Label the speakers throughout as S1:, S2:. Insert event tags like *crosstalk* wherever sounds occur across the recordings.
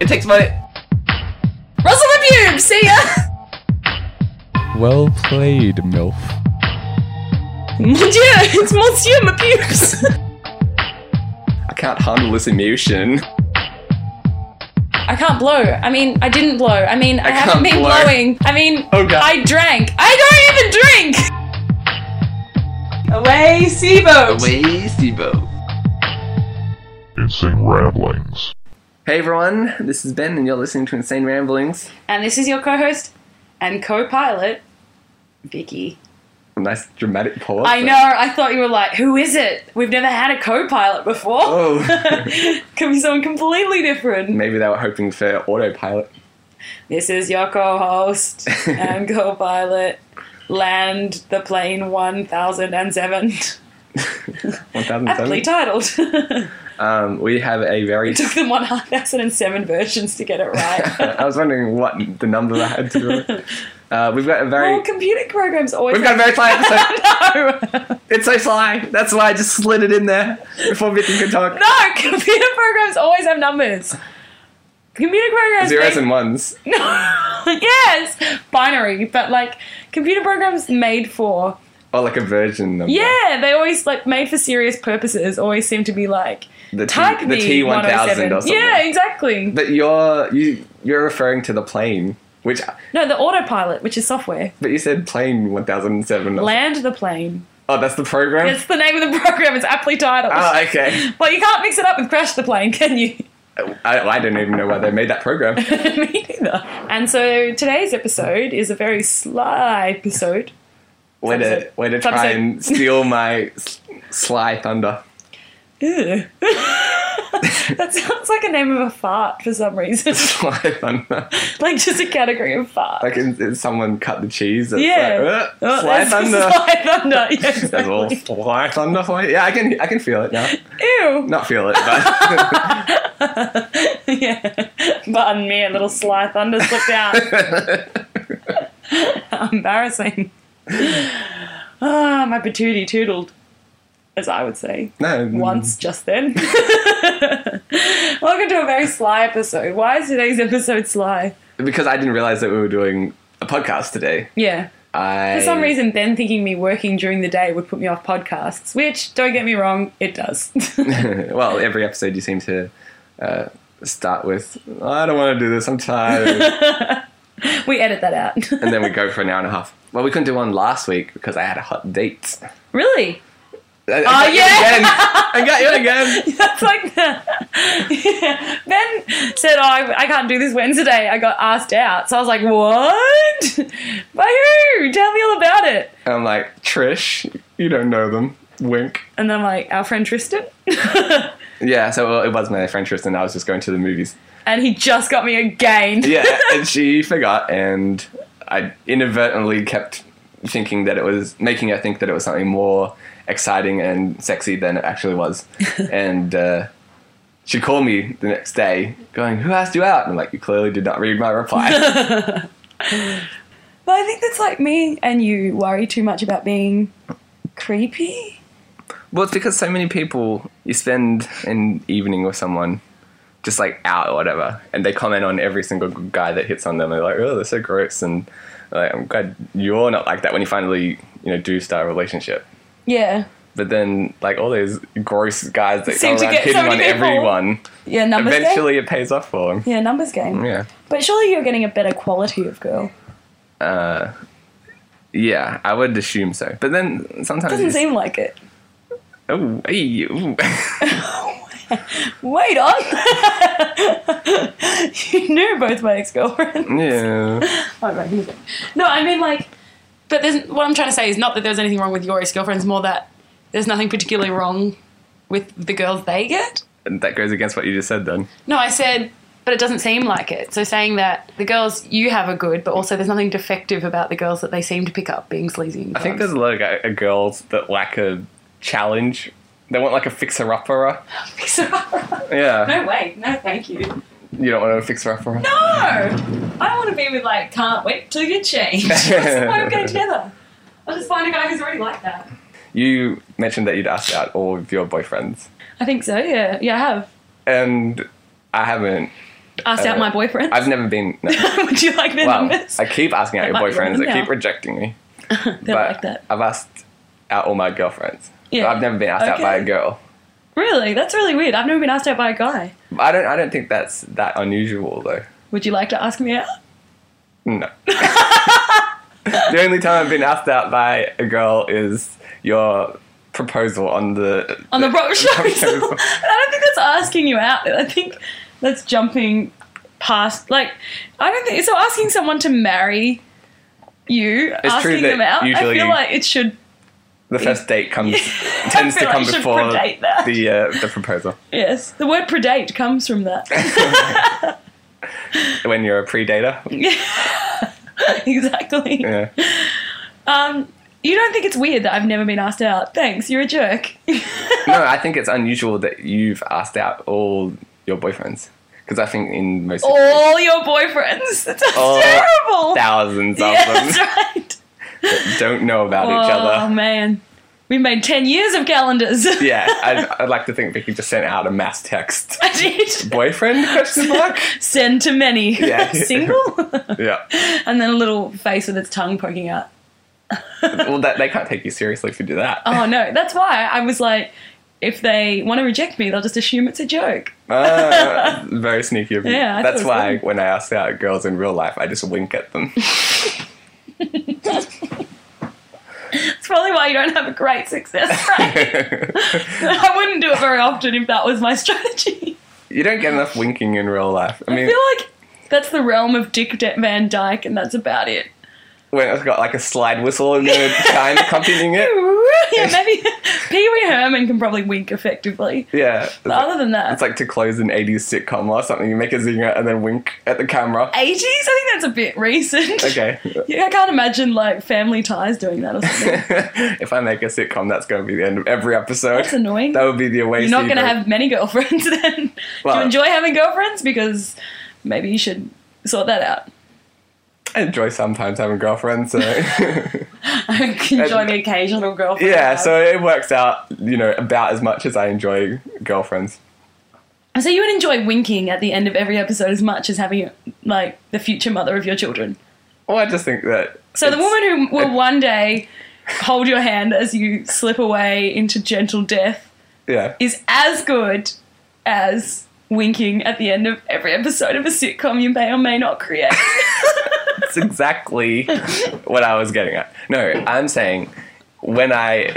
S1: It takes money.
S2: Rustle the pubes! See ya! *laughs*
S3: Well played, MILF.
S2: Mon dieu! It's Monsieur, my pubes!
S1: I can't handle this emotion.
S2: *laughs* I can't blow. I mean, I didn't blow. I mean, I,
S1: I
S2: haven't
S1: can't
S2: been
S1: blow.
S2: blowing. I mean,
S1: Oh, God.
S2: I drank. I don't even drink! Away, Seaboat!
S1: Away, Steve-O.
S4: Insane Ramblings.
S1: Hey everyone, this is Ben, and you're listening to Insane Ramblings.
S2: And this is your co host and co pilot, Vicky.
S1: A nice dramatic pause.
S2: I
S1: there.
S2: know, I thought you were like, who is it? We've never had a co pilot before.
S1: Oh.
S2: *laughs* Could be someone completely different.
S1: Maybe they were hoping for autopilot. *laughs*
S2: This is your co host and co pilot. Land the plane 1007.
S1: 1007.
S2: Aptly titled. *laughs*
S1: Um, we have a very.
S2: Took them 1007 versions to get it right.
S1: I was wondering what the number I had *laughs* to do.
S2: *laughs*
S1: with. Uh, we've got a very.
S2: Well, computer programs always.
S1: We've got a very
S2: *laughs*
S1: sly episode.
S2: no!
S1: It's so sly. That's why I just slid it in there before Vicky could talk.
S2: No! Computer programs always have numbers. Computer programs.
S1: Zeros
S2: make-
S1: and ones.
S2: *laughs* No. yes, binary, but like computer programs made for.
S1: Or like a version number.
S2: Yeah, they always like made for serious purposes. Always seem to be like
S1: The,
S2: type
S1: T, the
S2: me
S1: T1000 or
S2: 107.
S1: something.
S2: Yeah, exactly.
S1: But you're, you, you're referring to the plane, which.
S2: no, the autopilot, which is software.
S1: But you said plane 1007. or
S2: Land the plane.
S1: Oh, that's the program?
S2: It's the name of the *laughs* program. It's aptly titled.
S1: Oh, okay.
S2: Well, you can't mix it up with Crash the Plane, *laughs* can you?
S1: I, I don't even know why they made that
S2: *laughs*
S1: program.
S2: Me neither. And so today's episode is a very sly episode.
S1: Way to, way to
S2: It's episode-
S1: try and
S2: *laughs*
S1: steal my s- sly thunder. *laughs*
S2: Ew. *laughs* that sounds like a name of a fart for some reason. *laughs*
S1: Sly thunder.
S2: like just a category of fart.
S1: Like, if, if someone cut the cheese, it's
S2: Yeah.
S1: like, uh,
S2: Oh,
S1: sly
S2: it's
S1: thunder. *laughs*
S2: *laughs* Sly thunder. Yeah,
S1: That's all
S2: exactly.
S1: sly thunder for you. Yeah, I can, I can feel it
S2: *laughs*
S1: now.
S2: Ew.
S1: Not feel it,
S2: *laughs*
S1: but *laughs*
S2: yeah. Pardon me, a little sly thunder slipped out. How *laughs* embarrassing. Ah, my patootie tootled, as I would say.
S1: no.
S2: once just then. *laughs* Welcome to a very sly episode. Why is today's episode sly?
S1: Because I didn't realize that we were doing a podcast today.
S2: Yeah.
S1: I,
S2: For some reason, Ben thinking me working during the day would put me off podcasts, which, don't get me wrong, it does. *laughs*
S1: *laughs* well, every episode you seem to uh, start with, I don't want to do this, I'm tired.
S2: we edit that out.
S1: and then we go for an hour and a half. Well, we couldn't do one last week because I had a hot date.
S2: *laughs* really?
S1: I, I
S2: Oh,
S1: got you
S2: yeah.
S1: again.
S2: *laughs*
S1: I got you again.
S2: That's like the. *laughs* Yeah. Ben said, oh, I, I can't do this Wednesday. I got asked out. So I was like, what? By who? Tell me all about it.
S1: And I'm like, Trish, you don't know them. Wink.
S2: And then I'm like, our friend Tristan? *laughs*
S1: Yeah, so it was my friend Tristan. I was just going to the movies.
S2: and he just got me again.
S1: Yeah, and she forgot, and I inadvertently kept thinking that it was making her think that it was something more exciting and sexy than it actually was. and uh, she called me the next day, going, "Who asked you out?" And I'm like, "You clearly did not read my reply."
S2: But I think that's like me and you worry too much about being creepy.
S1: well, it's because so many people you spend an evening with someone. Just like out or whatever, and they comment on every single guy that hits on them. They're like, "Oh, they're so gross," and like, I'm glad you're not like that when you finally, you know, do start a relationship.
S2: Yeah.
S1: But then, like all those gross guys that
S2: Seem
S1: go
S2: to
S1: around
S2: get so
S1: hitting on
S2: many people.
S1: everyone,
S2: Yeah, numbers game.
S1: eventually it pays off for them.
S2: Yeah, numbers game.
S1: Yeah,
S2: But surely you're getting a better quality of girl.
S1: yeah, I would assume so. But then sometimes,
S2: Doesn't
S1: you just-
S2: seem like it.
S1: oh, hey, ooh. *laughs*
S2: Wait on. *laughs* you knew both my ex-girlfriends.
S1: yeah,
S2: Oh, right, he's like- no, I mean like, but there's what I'm trying to say is not that there's anything wrong with your ex-girlfriends, more that there's nothing particularly wrong with the girls they get.
S1: and that goes against what you just said. Then
S2: No, I said, but it doesn't seem like it. So saying that the girls you have are good, but also there's nothing defective about the girls that they seem to pick up being sleazy. and
S1: I think
S2: gross.
S1: there's a lot of gu- girls that lack a challenge. They want like a fixer-upper. Yeah,
S2: *laughs* no way, no, thank you. No,
S1: you don't want a fixer-upper.
S2: I don't want to be with like can't wait till you
S1: *laughs*
S2: change. That's why we're getting together. I'll just find a guy who's already like that.
S1: You mentioned that you'd asked out all of your boyfriends,
S2: I think so. Yeah, yeah, I have.
S1: and I haven't.
S2: Asked out
S1: Uh,
S2: my boyfriend.
S1: I've never been.
S2: *laughs*
S1: No.
S2: Would you like their
S1: Wow.
S2: numbers?
S1: I keep asking out
S2: They
S1: your
S2: might be
S1: boyfriends. They
S2: wrong
S1: keep
S2: now.
S1: rejecting me.
S2: They're
S1: but
S2: like that.
S1: I've asked out all my girlfriends.
S2: Yeah.
S1: I've never been asked out
S2: Okay.
S1: by a girl.
S2: Really? That's really weird. I've never been asked out by a guy.
S1: I don't. I don't think that's that unusual though.
S2: Would you like to ask me out? *laughs*
S1: No. the only time I've been asked out by a girl is your proposal on the
S2: On the
S1: *laughs*
S2: rock show.
S1: rock
S2: *laughs*
S1: show.
S2: I don't think that's asking you out. I think that's jumping past. Like, I don't think so. Asking someone to marry you,
S1: It's true
S2: asking
S1: that
S2: them out. I
S1: usually-
S2: feel like it should.
S1: the first date comes *laughs*
S2: I
S1: tends to
S2: feel like
S1: come
S2: you should
S1: before
S2: predate that.
S1: the uh, the proposal
S2: Yes, the word predate comes from that.
S1: *laughs*
S2: *laughs*
S1: when you're a predator.
S2: exactly. *laughs*
S1: Yeah.
S2: Um, you don't think it's weird that I've never been asked out? Thanks. You're
S1: *laughs*
S2: a jerk. *laughs*
S1: No, I think it's unusual that you've asked out all your boyfriends because I think in most
S2: All your boyfriends. *laughs* That's
S1: All
S2: terrible.
S1: thousands
S2: *laughs*
S1: of
S2: yeah, that's
S1: them
S2: right.
S1: don't know about each
S2: Oh
S1: other.
S2: man, we made ten years of calendars. *laughs*
S1: Yeah, I'd, I'd like to think Vicky just sent out a mass text.
S2: I did.
S1: Boyfriend? Question mark.
S2: Send to many.
S1: Yeah.
S2: *laughs* Single?
S1: Yeah.
S2: and then a little face with its tongue poking out.
S1: Well, that, they can't take you seriously if you do that.
S2: Oh no, that's why I was like, if they want to reject me, they'll just assume it's a joke.
S1: Ah, very sneaky of you.
S2: Yeah, I thought
S1: That's
S2: it was
S1: why
S2: them.
S1: when I ask out girls in real life, I just wink at them. *laughs*
S2: That's probably why you don't have a great
S1: *laughs*
S2: success rate.
S1: you
S2: *laughs* I wouldn't do it very often if that was my *laughs* strategy.
S1: don't get enough winking in real life. I
S2: I
S1: mean,
S2: feel like that's the realm of Dick De- Van Dyke, and that's about it. *laughs*
S1: when it's got like a slide whistle and a chime accompanying it.
S2: yeah, maybe *laughs* Pee Wee Herman can probably wink effectively.
S1: Yeah. It's
S2: But
S1: like,
S2: other than that,
S1: it's like to close an 80s sitcom or something. You make a zinger and then wink at the camera.
S2: 80s? I think that's a bit recent.
S1: Okay.
S2: *laughs*
S1: *laughs*
S2: Yeah, I can't imagine like Family Ties doing that or something.
S1: if I make a sitcom, that's going to be the end of every episode.
S2: That's annoying.
S1: That would be the away
S2: You're not going to
S1: secret.
S2: have many girlfriends *laughs* then. Do
S1: Well-
S2: you enjoy having girlfriends? Because maybe you should sort that out. *laughs*
S1: I enjoy sometimes having girlfriends, so. *laughs*
S2: I can enjoy the occasional girlfriend.
S1: Uh,
S2: I
S1: Yeah,
S2: have.
S1: so it works out, you know, about as much as I enjoy girlfriends.
S2: So you would enjoy winking at the end of every episode as much as having like the future mother of your children.
S1: Well, I just think that.
S2: So the
S1: it's-
S2: woman who will one day hold your hand as you slip away into gentle death
S1: Yeah.
S2: is as good as winking at the end of every episode of a sitcom you may or may not create. *laughs*
S1: That's exactly what I was getting at. No, I'm saying when I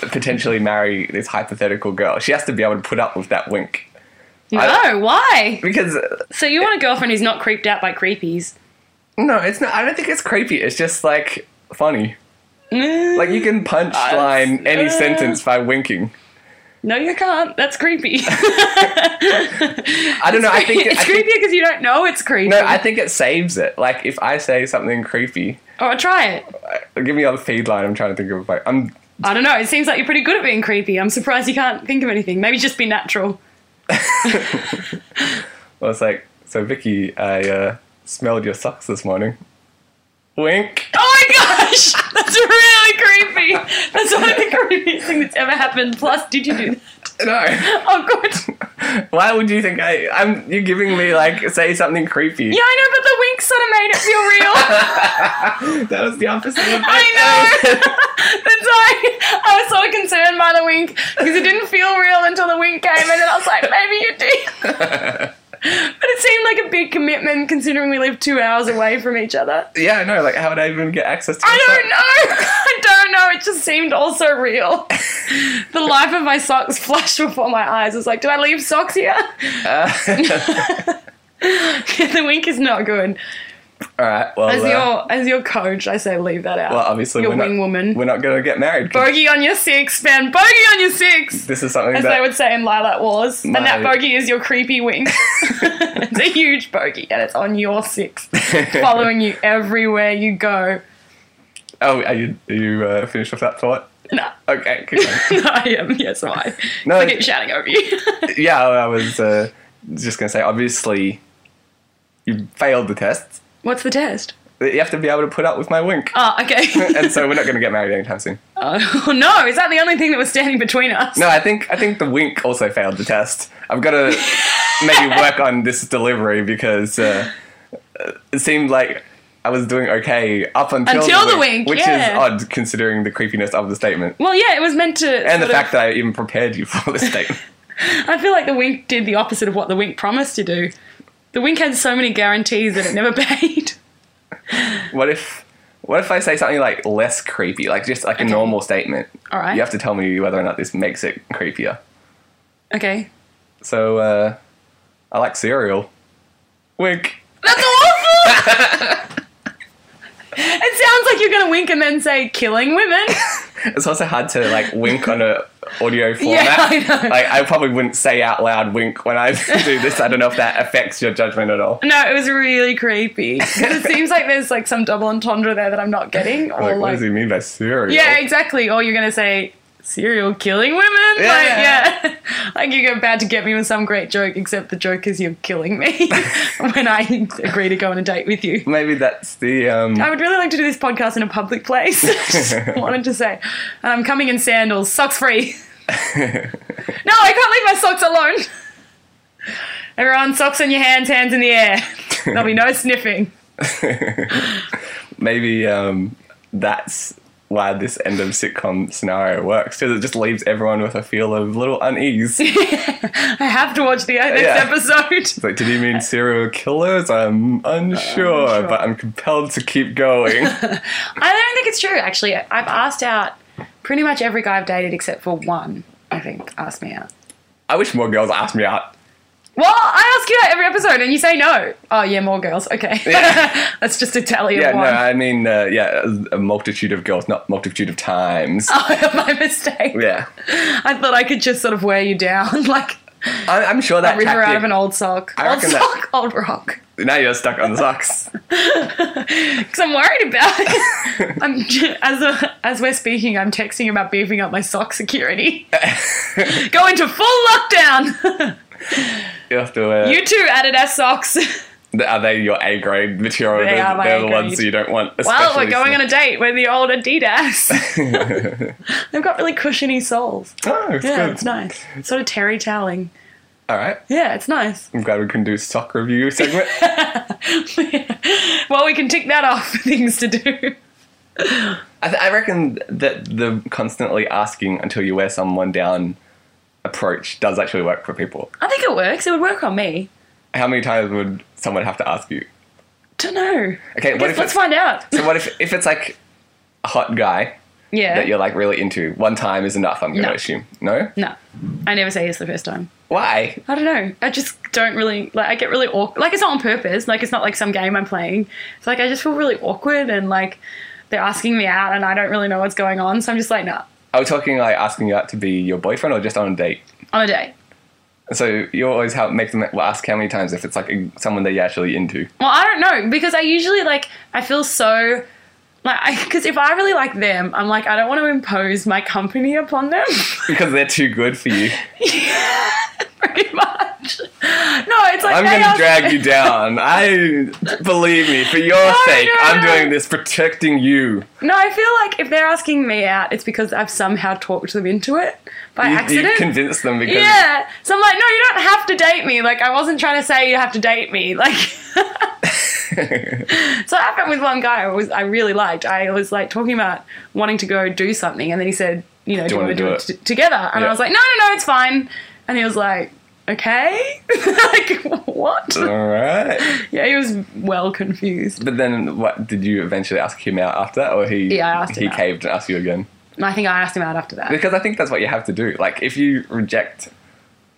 S1: potentially marry this hypothetical girl, she has to be able to put up with that wink. I-
S2: no, why?
S1: Because, uh,
S2: So you want a girlfriend who's not creeped out by creepies?
S1: no, it's not. I don't think it's creepy. It's just like funny.
S2: Like,
S1: Like you
S2: *laughs*
S1: can punchline any
S2: uh,
S1: sentence by winking.
S2: no, you can't. That's *laughs* creepy.
S1: I don't know. I think
S2: it's
S1: I think-
S2: creepy because you don't know it's creepy.
S1: No, I think it saves it. Like if I say something creepy,
S2: or try it.
S1: uh, give me a feed line. I'm trying to think of like I'm
S2: I don't know. It seems like you're pretty good at being creepy. I'm surprised you can't think of anything. Maybe just be natural.
S1: Well, it's like, so Vicky, I uh, smelled your socks this morning. Wink.
S2: Oh my gosh, *laughs* that's really creepy. That's one of the creepiest thing that's ever happened. Plus, did you do that?
S1: No. *laughs*
S2: *laughs* Oh, good.
S1: Why would you think I? I'm. You're giving me like say something creepy.
S2: Yeah, I know, but the wink sort of made it feel
S1: *laughs*
S2: real.
S1: That was the opposite of
S2: I know.
S1: uh,
S2: *laughs*
S1: *laughs*
S2: That's why I was sort of concerned by the wink because it didn't feel real until the wink came, and then I was like, maybe you
S1: *laughs*
S2: did. But it seemed like a big commitment considering we live two hours away from each other.
S1: yeah, I know. Like, how would I even get access to?
S2: I
S1: your
S2: don't
S1: sock?
S2: know. *laughs* I don't know. It just seemed also
S1: *laughs*
S2: real. The life of my socks flashed before my eyes. It's like, did I leave socks here? *laughs*
S1: *laughs* Uh,
S2: the wink is not good.
S1: all right. Well,
S2: As
S1: uh,
S2: your as your coach, I say leave that out.
S1: well, obviously
S2: your
S1: we're not.
S2: wing woman.
S1: We're not gonna get married. 'cause
S2: bogey on your six, man. Bogey on your six.
S1: This is something
S2: As they
S1: that
S2: would say in Lilac Wars.
S1: My-
S2: And that bogey is your
S1: *laughs*
S2: creepy wink. it's a huge bogey and it's on
S1: *laughs*
S2: your six. Following you everywhere you go.
S1: oh, are you are you uh, finished with that thought?
S2: *laughs* No.
S1: Okay. keep going.
S2: no, I am. Yes, why?
S1: No,
S2: I keep shouting over you. *laughs*
S1: yeah, I was uh, just gonna say. Obviously, you failed the test.
S2: What's the test?
S1: that you have to be able to put up with my wink.
S2: Oh, okay.
S1: *laughs* and so we're not going to get married anytime soon.
S2: *laughs* oh no! Is that the only thing that was standing between us?
S1: No, I think I think the wink also failed the test. I've got to maybe work on this delivery because uh, it seemed like I was doing okay up until,
S2: Until the wink,
S1: which
S2: yeah.
S1: is odd considering the creepiness of the statement
S2: Well, yeah, it was meant to.
S1: and the
S2: sort of-
S1: fact that I even prepared you for
S2: *laughs*
S1: the statement.
S2: I feel like the wink did the opposite of what the wink promised to do. The wink had so many guarantees that it never *laughs* paid.
S1: What if what if I say something like less creepy, like just like a normal statement?
S2: All right.
S1: You have to tell me whether or not this makes it creepier.
S2: Okay.
S1: So uh, I like cereal. Wink.
S2: That's awful! *laughs* it sounds like you're going to wink and then say, killing women.
S1: It's also hard to like wink on a
S2: *laughs*
S1: audio format.
S2: I know.
S1: Like I probably wouldn't say out loud wink when I *laughs* do this. I don't know if that affects your judgment at all.
S2: *laughs* No, it was really creepy. 'Cause It seems like there's like some double entendre there that I'm not getting.
S1: Like,
S2: Or like,
S1: what does he mean by cereal?
S2: yeah, exactly. Or you're going to say, serial killing women?
S1: Yeah.
S2: Like, yeah. *laughs* like you're about to get me with some great joke, except the joke is you're killing me *laughs* when I agree to go on a date with you.
S1: Maybe that's the um.
S2: I would really like to do this podcast in a public place. *laughs* Just
S1: *laughs*
S2: wanted to say, and I'm coming in sandals, socks free. *laughs* no, I can't leave my socks alone. *laughs* Everyone, socks in your hands, hands in
S1: *laughs*
S2: the air. There'll be no sniffing. *laughs*
S1: maybe um. That's why this end of sitcom scenario works because it just leaves everyone with a feel of little unease. It's
S2: I have to watch the uh, next
S1: Yeah.
S2: episode. *laughs*
S1: like, did he mean serial killers? I'm unsure,
S2: unsure.
S1: but I'm compelled to keep
S2: *laughs*
S1: going.
S2: I don't think it's true. Actually, I've asked out pretty much every guy I've dated except for one. I think asked me out.
S1: I wish more girls asked me out.
S2: Well, I ask you out every episode, and you say no. Oh yeah, more girls. Okay,
S1: Yeah.
S2: *laughs* that's just a tally
S1: Yeah,
S2: of
S1: no,
S2: one.
S1: I mean, uh, yeah, a multitude of girls, not multitude of times.
S2: *laughs* Oh, my mistake.
S1: Yeah,
S2: *laughs* I thought I could just sort of wear you down *laughs* like
S1: I, I'm sure that
S2: a river out of an
S1: tactic.
S2: old sock.
S1: I
S2: old
S1: reckon that-
S2: sock, old rock.
S1: Now you're stuck on the
S2: *laughs*
S1: socks. *laughs*
S2: Because I'm worried about
S1: *laughs*
S2: it. I'm j- as a, as we're speaking, I'm texting about beefing up my sock security. *laughs* Go into full lockdown. *laughs*
S1: You have to wear.
S2: you two Adidas socks. *laughs*
S1: are they your A grade material?
S2: They
S1: They're,
S2: are my
S1: they're
S2: A
S1: the
S2: grade.
S1: ones that you don't want.
S2: Well,
S1: especially
S2: we're going on
S1: so-
S2: a date. We're the old Adidas.
S1: *laughs*
S2: *laughs* They've got really cushiony soles.
S1: Oh, it's
S2: Yeah,
S1: good.
S2: it's nice. Sort of terry toweling.
S1: All right,
S2: Yeah, it's nice. *laughs*
S1: I'm glad we can do sock review segment.
S2: well, we can tick that off. Things to do.
S1: I, th- I reckon that the constantly asking until you wear someone down approach does actually work for people.
S2: I think it works. It would work on me.
S1: How many times would someone have to ask you?
S2: Don't know.
S1: Okay,
S2: I
S1: what
S2: guess
S1: if it's,
S2: let's find out.
S1: so what if if it's like a hot guy
S2: *laughs* Yeah.
S1: that you're like really into. One time is enough, I'm gonna
S2: No.
S1: assume. No?
S2: no, I never say yes the first time.
S1: Why?
S2: I don't know. I just don't really like. I get really awkward. Like it's not on purpose. Like it's not like some game I'm playing. It's like I just feel really awkward and like they're asking me out and I don't really know what's going on. So I'm just like, nah,
S1: Are we talking like asking you out to be your boyfriend or just on a date?
S2: on a date.
S1: So you always help make them ask how many times if it's like a- someone that you're actually into.
S2: Well, I don't know because I usually like I feel so like because if I really like them, I'm like I don't want to impose my company upon them. *laughs*
S1: Because they're too good for you.
S2: Pretty much. No, it's like
S1: I'm
S2: they
S1: gonna
S2: ask-
S1: drag you down. I believe me, for your sake,
S2: no,
S1: I'm
S2: no.
S1: doing this protecting you.
S2: No, I feel like if they're asking me out, it's because I've somehow talked them into it by
S1: You,
S2: accident.
S1: you convince them because *laughs*
S2: yeah. So I'm like, no, you don't have to date me. Like, I wasn't trying to say you have to date me. *laughs* Like, so it happened with one guy I was I really liked. I was like talking about wanting to go do something, and then he said, you know, do, you
S1: wanna
S2: want to do,
S1: do
S2: it,
S1: it?
S2: t- together? And
S1: Yeah.
S2: I was like, no, no, no, it's fine. And he was like, okay, *laughs* like what?
S1: Alright.
S2: Yeah, he was well confused.
S1: But then what did you eventually ask him out after that or he
S2: Yeah, I asked him
S1: he
S2: out.
S1: caved and asked you again?
S2: And I think I asked him out after that.
S1: Because I think that's what you have to do. Like, if you reject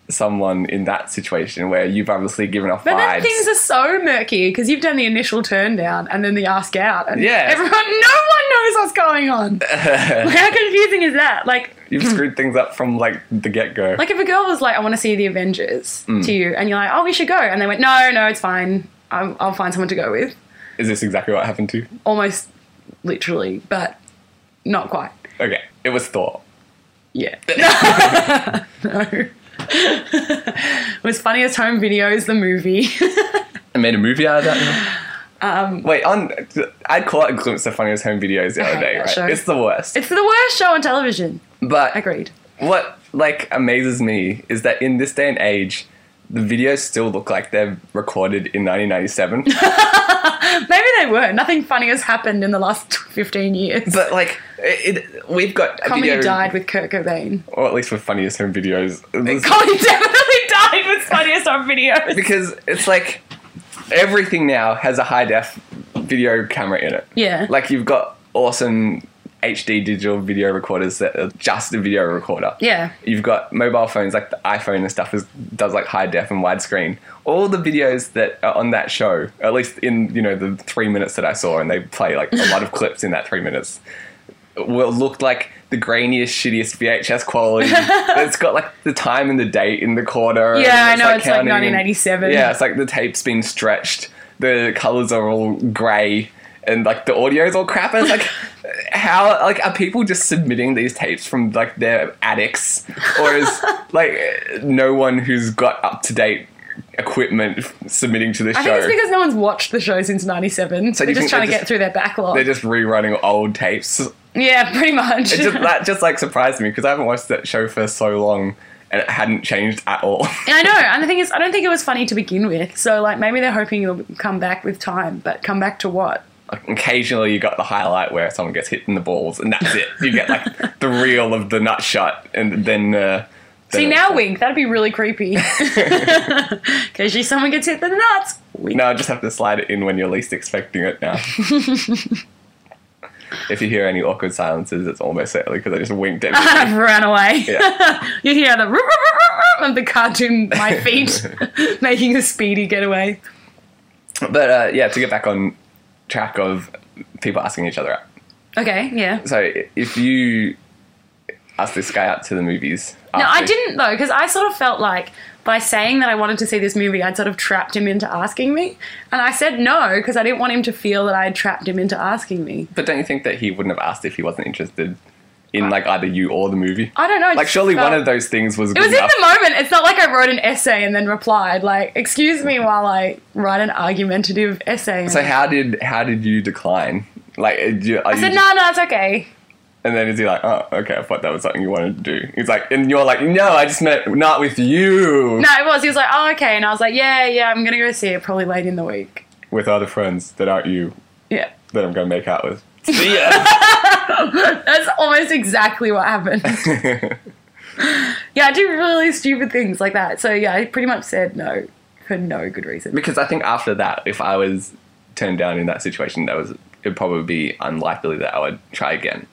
S1: someone in that situation where you've obviously given off
S2: But then
S1: vibes,
S2: things are so murky because you've done the initial turn down and then the ask out, and
S1: Yeah.
S2: everyone, no one knows what's going on.
S1: *laughs*
S2: Like, how confusing is that? Like,
S1: you've screwed things up from like the get go.
S2: like if a girl was like, "I want to see the Avengers"
S1: Mm.
S2: to you, and you're like, "Oh, we should go," and they went, "No, no, it's fine. I'll, I'll find someone to go with."
S1: Is this exactly what happened to? you?
S2: Almost literally, but not quite.
S1: Okay, it was Thor. *laughs*
S2: Yeah. *laughs* no. *laughs* it was funniest home videos, the movie. *laughs*
S1: I made a movie out of that.
S2: *sighs* Um,
S1: Wait, on I'd call it a glimpse of funniest home videos the
S2: I
S1: other
S2: hate
S1: day,
S2: that
S1: right?
S2: show.
S1: It's the worst.
S2: it's the worst show on television.
S1: but
S2: Agreed.
S1: what like amazes me is that in this day and age, the videos still look like they're recorded in
S2: *laughs*
S1: 1997.
S2: Maybe they were. Nothing funny has happened in the last *laughs* 15 years.
S1: but like, it, it- we've got a
S2: Comedy
S1: video,
S2: died with Kurt Cobain.
S1: or at least with funniest home videos. This-
S2: Comedy definitely *laughs* died with funniest on videos.
S1: because it's like everything now has a high def video camera in it.
S2: Yeah.
S1: Like you've got awesome HD digital video recorders that are just a video recorder.
S2: Yeah.
S1: You've got mobile phones like the iPhone and stuff is, does like high def and widescreen. All the videos that are on that show, at least in you know the three minutes that I saw, and they play like a lot of clips in that three minutes. Will look like the grainiest, shittiest VHS quality.
S2: *laughs*
S1: it's got like the time and the date in the corner. and
S2: Yeah, I know, it's, like,
S1: counting and-
S2: 1987.
S1: yeah, it's like the tape's been stretched. The colors are all grey, and like the audio's all crap. And it's
S2: *laughs*
S1: like, how like are people just submitting these tapes from like their attics, or
S2: *laughs*
S1: is like no one who's got up to date equipment f- submitting to the
S2: I
S1: show?
S2: think it's because no one's watched the show since 97.
S1: do
S2: they're
S1: you
S2: just
S1: think
S2: trying
S1: they're
S2: to get
S1: just-
S2: through their backlog.
S1: They're just rerunning old
S2: *laughs*
S1: tapes.
S2: yeah, pretty much.
S1: It just, that just like surprised me because I haven't watched that show for so long, and it hadn't changed at all. *laughs*
S2: Yeah, I know, and the thing is, I don't think it was funny to begin with. So, like, maybe they're hoping it'll come back with time, but come back to what?
S1: occasionally you got the highlight where someone gets hit in the balls and that's it you get like
S2: *laughs*
S1: the reel of the nut shot and then uh
S2: See, now wink. That'd be
S1: *laughs*
S2: really creepy. *laughs* Because someone gets hit in the nuts. Wink.
S1: now i just have to slide it in when you're least expecting it
S2: *laughs*
S1: now if you hear any awkward silences it's almost certainly because i just winked
S2: *laughs*
S1: at you
S2: I've ran away.
S1: Yeah.
S2: *laughs* you hear the roop, roop, roop, roop, roop of the
S1: *laughs*
S2: cartoon my feet *laughs* making a speedy getaway.
S1: but uh yeah to get back on track of people asking each other out
S2: Okay, yeah.
S1: so i- if you ask this guy out to the movies
S2: No, I didn't though, because I sort of felt like by saying that I wanted to see this movie, I'd sort of trapped him into asking me. And I said no, because I didn't want him to feel that I had trapped him into asking me.
S1: but don't you think that he wouldn't have asked if he wasn't interested in like either you or the movie
S2: I don't know. it
S1: like
S2: just
S1: surely
S2: felt-
S1: one of those things was
S2: It
S1: good
S2: was in
S1: enough.
S2: the moment. It's not like I wrote an essay and then replied. Like, excuse me while I write an argumentative essay.
S1: so how did how did you decline like did you, are
S2: I
S1: you
S2: said,
S1: just-
S2: no, no, it's okay.
S1: and then is he like oh okay i thought that was something you wanted to do he's like and you're like no i just meant not with you
S2: No, it was. He was like, oh, okay. And I was like, yeah, yeah, I'm going to go see it probably late in the week.
S1: with other friends that aren't you
S2: Yeah.
S1: that i'm gonna make out with see ya
S2: That's almost exactly what happened. yeah, I do really stupid things like that. So, yeah, I pretty much said no for no good reason.
S1: *laughs* because i think after that if i was turned down in that situation that was it'd probably be unlikely that i would try again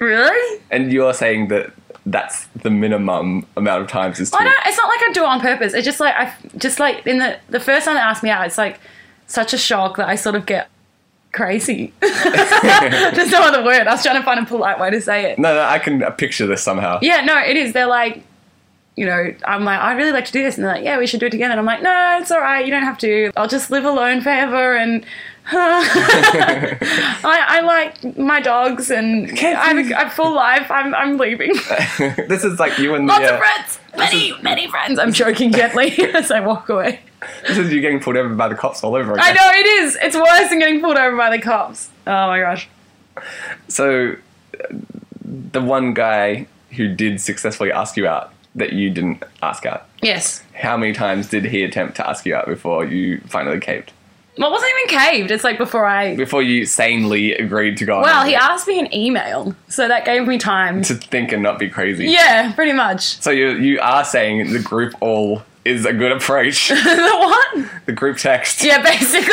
S2: Really?
S1: and you're saying that that's the minimum amount of times is two.
S2: I don't, it's not like I do it on purpose. It's just like, I just like in the, the first time they asked me out, it's like such a shock that I sort of get crazy. *laughs* There's no other word. I was trying to find a polite way to say it.
S1: no, no, I can picture this somehow.
S2: Yeah, no, it is. They're like, you know, I'm like, I'd really like to do this. And they're like, yeah, we should do it together. And I'm like, no, it's all right. You don't have to. I'll just live alone forever. And *laughs* I, I like my dogs and I have a, a full life. I'm, I'm leaving. Lots
S1: *laughs* this is like you and the,
S2: of
S1: uh,
S2: friends. Many, many friends. I'm joking gently *laughs* as I walk away.
S1: this is you getting pulled over by the cops all over again.
S2: I know it is. It's worse than getting pulled over by the cops. Oh my gosh.
S1: So, uh, the one guy who did successfully ask you out that you didn't ask out,
S2: Yes.
S1: how many times did he attempt to ask you out before you finally caved?
S2: Well, it wasn't even caved. It's like before I.
S1: Before you sanely agreed to go on
S2: Well, he
S1: a-
S2: asked me an email, so that gave me time.
S1: to think and not be crazy.
S2: Yeah, pretty much.
S1: So you you are saying the group all is a good
S2: *laughs*
S1: approach.
S2: the what?
S1: the group text.
S2: Yeah, basically.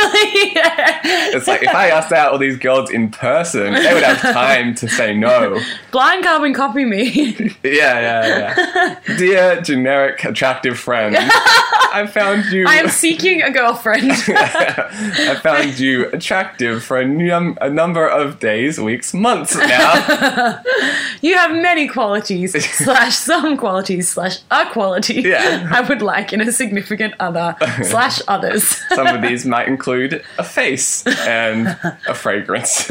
S2: Yeah.
S1: It's like if I asked out all these girls in person, they would have time to say
S2: *laughs*
S1: no.
S2: Blind carbon copy
S1: *laughs*
S2: me.
S1: Yeah, yeah, yeah. Dear generic attractive
S2: *laughs*
S1: friend, I found you.
S2: I am seeking
S1: *laughs*
S2: a girlfriend.
S1: I found you attractive for a, num- a number of days, weeks, months now.
S2: you have
S1: *laughs*
S2: many qualities, slash some qualities, slash a quality
S1: Yeah.
S2: I would like in a significant
S1: *laughs*
S2: other, slash others.
S1: Some of these might include a face and a fragrance.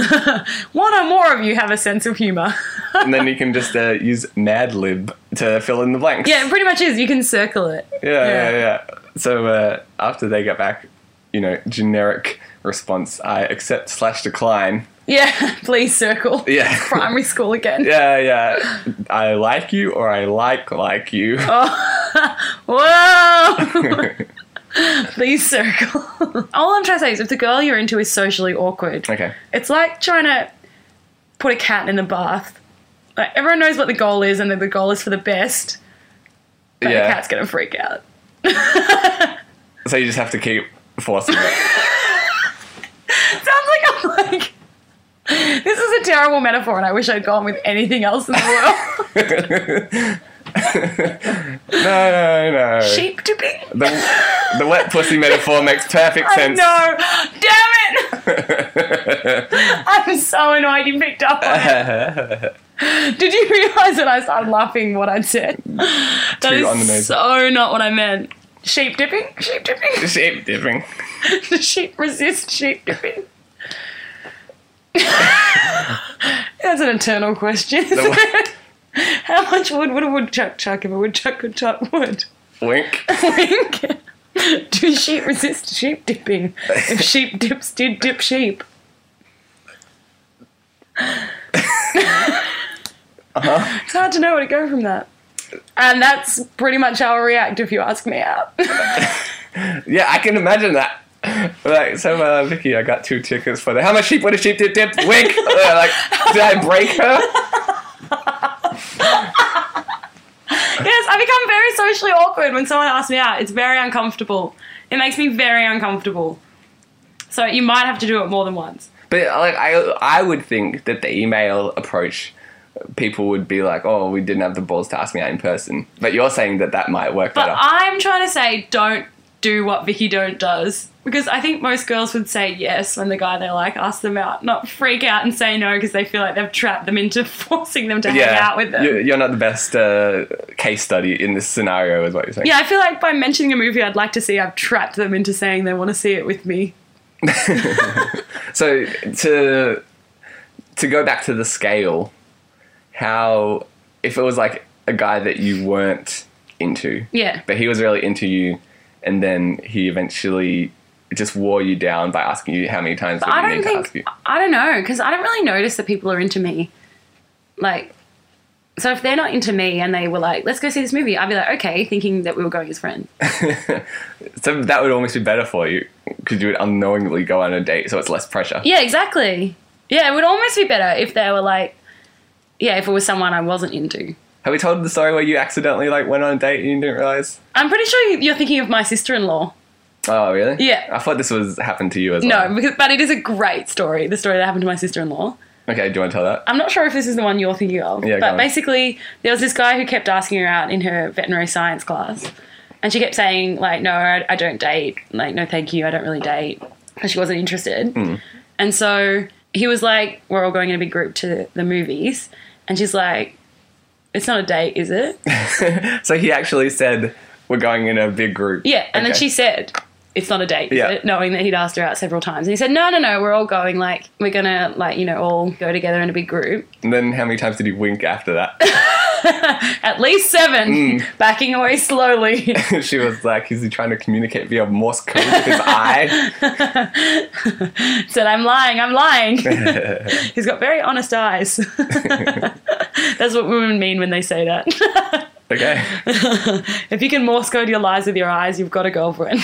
S2: One or more of you have a sense of humor.
S1: And then you can just uh, use Mad Lib to fill in the blanks.
S2: yeah, it pretty much is. You can circle it.
S1: yeah, yeah.
S2: yeah.
S1: yeah. So uh, after they get back, you know, generic response. I accept slash decline.
S2: Yeah, *laughs* please circle.
S1: Yeah.
S2: Primary school again.
S1: Yeah, yeah. I like you or I like like you.
S2: Oh,
S1: *laughs*
S2: Whoa! please circle. All I'm trying to say is if the girl you're into is socially awkward,
S1: Okay.
S2: it's like trying to put a cat in a bath. Like, everyone knows what the goal is and that the goal is for the best, but the
S1: yeah.
S2: cat's going to freak out. *laughs*
S1: So you just have to keep forcing it.
S2: Sounds like I'm like. This is a terrible metaphor, and I wish I'd gone with anything else in the world.
S1: *laughs* No, no, no.
S2: Sheep to be.
S1: the, the wet pussy metaphor makes perfect
S2: I
S1: sense.
S2: know. Damn it!
S1: *laughs*
S2: *laughs* I'm so annoyed you picked up on it. Did you realise that I started laughing what I'd said? That
S1: Too
S2: is
S1: on the nose.
S2: so not what I meant. Sheep dipping? Sheep
S1: *laughs*
S2: dipping?
S1: Shape dipping.
S2: The sheep resist sheep dipping? *laughs* That's an internal question. isn't
S1: The
S2: it? How much wood would a woodchuck chuck if a woodchuck could chuck wood?
S1: Wink.
S2: Wink. Do sheep resist sheep dipping? If sheep dips, did dip sheep? It's hard to know where to go from that. And that's pretty much how I react if you ask me out.
S1: Yeah, I can imagine that. Like, so, uh, Vicky, I got two tickets for the. How much sheep would a sheep dip dip? Wink! *laughs* Uh, like, did I break her?
S2: Yes, I become very socially awkward when someone asks me out. It's very uncomfortable. It makes me very uncomfortable. So you might have to do it more than once.
S1: But like I, I would think that the email approach, people would be like, "Oh, we didn't have the balls to ask me out in person." But you're saying that that might work
S2: But
S1: better.
S2: I'm trying to say don't do what Vicky Don't does. Because I think most girls would say yes when the guy they like asks them out, not freak out and say no because they feel like they've trapped them into *laughs* forcing them to hang out with them.
S1: You- you're not the best uh, case study in this scenario, is what you're saying.
S2: Yeah, I feel like by mentioning a movie I'd like to see, I've trapped them into saying they want to see it with me.
S1: So to to go back to the scale, how if it was like a guy that you weren't into,
S2: Yeah.
S1: but he was really into you, and then he eventually just wore you down by asking you how many times would
S2: I
S1: you need
S2: don't
S1: to ask you.
S2: think I don't know because I don't really notice that people are into me. Like, so if they're not into me and they were like, "Let's go see this movie," I'd be like, "Okay," thinking that we were going
S1: *laughs*
S2: as friends.
S1: So that would almost be better for you because you would unknowingly go on a date, so it's less pressure.
S2: yeah, exactly. Yeah, it would almost be better if they were like, yeah, if it was someone I wasn't into.
S1: Have we told the story where you accidentally like went on a date and you didn't realize?
S2: I'm pretty sure you- you're thinking of my sister-in-law.
S1: Oh, really?
S2: Yeah.
S1: I thought this was happened to you as well.
S2: No, because, but it is a great story. The story that happened to my sister-in-law.
S1: Okay, do you want to tell that?
S2: I'm not sure if this is the one you're thinking of,
S1: Yeah, go
S2: but
S1: on.
S2: basically, there was this guy who kept asking her out in her veterinary science class, and she kept saying like, "No, I, I don't date. Like, no, thank you, I don't really date," because she wasn't interested.
S1: Hmm.
S2: And so he was like, "We're all going in a big group to the movies," and she's like, "It's not a date,
S1: *laughs*
S2: is it?"
S1: So he actually said, "We're going in a big group."
S2: Yeah, and then
S1: Okay.
S2: she said, "It's not a date," is
S1: Yeah.
S2: it? knowing that he'd asked her out several times, and he said, "No, no, no, we're all going. Like, we're gonna like you know all go together in a big group."
S1: And then how many times did he wink after
S2: At least seven,
S1: Mm.
S2: *laughs* backing away
S1: *laughs*
S2: slowly.
S1: that? *laughs* she was like, "Is he trying to communicate via Morse code with his
S2: *laughs*
S1: eye?"
S2: said, I'm lying,
S1: *laughs*
S2: I'm lying. He's got very honest eyes. That's what women mean when they say that. *laughs*
S1: Okay.
S2: if you can Morse code your lies with your eyes, you've got a
S1: *laughs*
S2: girlfriend.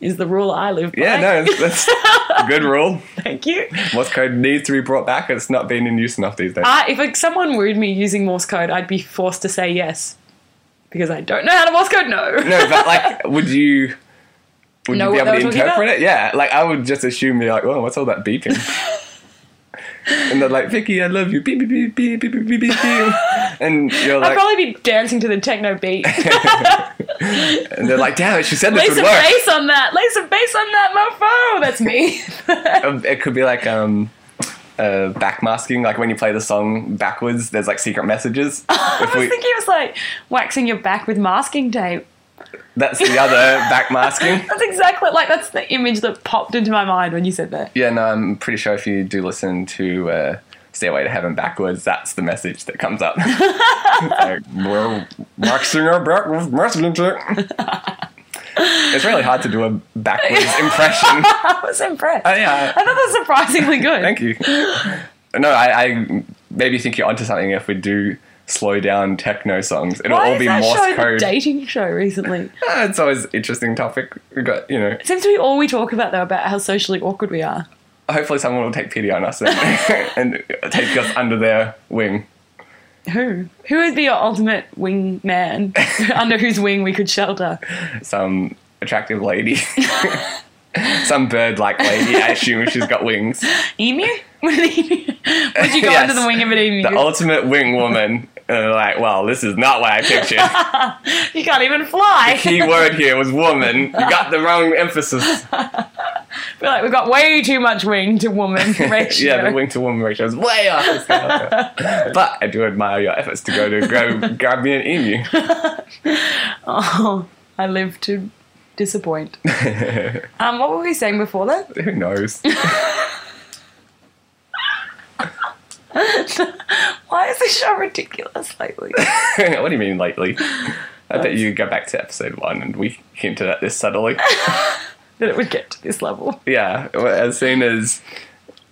S2: Is the rule I live by.
S1: Yeah, no, that's, that's
S2: *laughs*
S1: a good rule.
S2: Thank you.
S1: Morse code needs to be brought back. It's not being in use enough these days.
S2: I, if like, someone wooed me using Morse code, I'd be forced to say yes. Because I don't know how to Morse code, no.
S1: No, but like, would you? Would
S2: Know
S1: you be
S2: what
S1: able
S2: they
S1: to
S2: were talking
S1: interpret it? Yeah, like I would just assume you're like, oh, what's all that
S2: *laughs*
S1: beeping? and they're like, Vicky, I love you. Beep beep beep beep beep beep beep beep. beep. And you're
S2: *laughs* I'd
S1: like,
S2: probably be dancing to the techno
S1: *laughs*
S2: beat.
S1: and they're like, damn it, she said this
S2: Lay some
S1: would work.
S2: bass on that. Lay some bass on that, mofo.
S1: *laughs*
S2: That's me.
S1: Um, It could be like um. Uh, backmasking, like when you play the song backwards, there's like secret messages. If
S2: *laughs* I was
S1: we,
S2: thinking it was like waxing your back with masking tape.
S1: that's the other backmasking.
S2: That's exactly like that's the image that popped into my mind when you said that.
S1: Yeah, no, I'm pretty sure if you do listen to uh, Stairway to Heaven backwards, that's the message that comes
S2: *laughs*
S1: up.
S2: *laughs*
S1: Like, we're waxing our back with messaging. It's really hard to do a backwards impression.
S2: *laughs* I was impressed.
S1: Uh, yeah.
S2: I thought that was
S1: *laughs*
S2: surprisingly good.
S1: Thank you. No, I, I maybe think you're onto something if we do slow down techno songs. It'll
S2: Why
S1: all
S2: is
S1: be
S2: that
S1: Morse
S2: show the
S1: code.
S2: dating show recently?
S1: Ah, it's always interesting topic. We got you know.
S2: It seems to be all we talk about though about how socially awkward we are.
S1: Hopefully, someone will take pity on us
S2: *laughs*
S1: and, and take us under their wing.
S2: Who? Who would be your ultimate wing man *laughs* under whose wing we could shelter?
S1: Some attractive lady. *laughs* Some bird-like lady. I assume she's got wings.
S2: Emu? *laughs* Would, an emu? would you go
S1: Yes.
S2: under the wing of an emu?
S1: The ultimate wing woman. And they're like, well, this is not what I
S2: *laughs*
S1: pictured.
S2: you can't even fly.
S1: Key word here was woman. You got the wrong emphasis.
S2: We're like, we've got way too much wing to woman ratio.
S1: *laughs* Yeah, the wing to woman ratio is way off. the scale. but I do admire your efforts to go to go grab me an emu. *laughs*
S2: Oh, I live to disappoint. um, what were we saying before that?
S1: Who knows? *laughs*
S2: Why is this show ridiculous lately?
S1: what do you mean lately? I bet you go back to episode one and we hinted at this subtly.
S2: that it would get to this level.
S1: Yeah, as soon as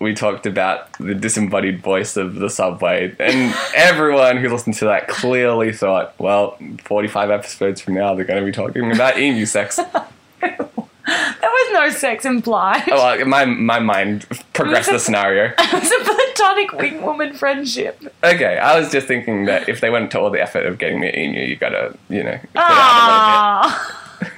S1: we talked about the disembodied voice of the subway, and everyone who listened to that clearly thought, well, 45 episodes from now, they're going to be talking about emu sex.
S2: There was no sex implied.
S1: Well, my, my mind progressed the scenario.
S2: *laughs* It was a platonic wing woman friendship.
S1: Okay, I was just thinking that if they went to all the effort of getting me an emu, you gotta, you know, put out
S2: Ah. *laughs*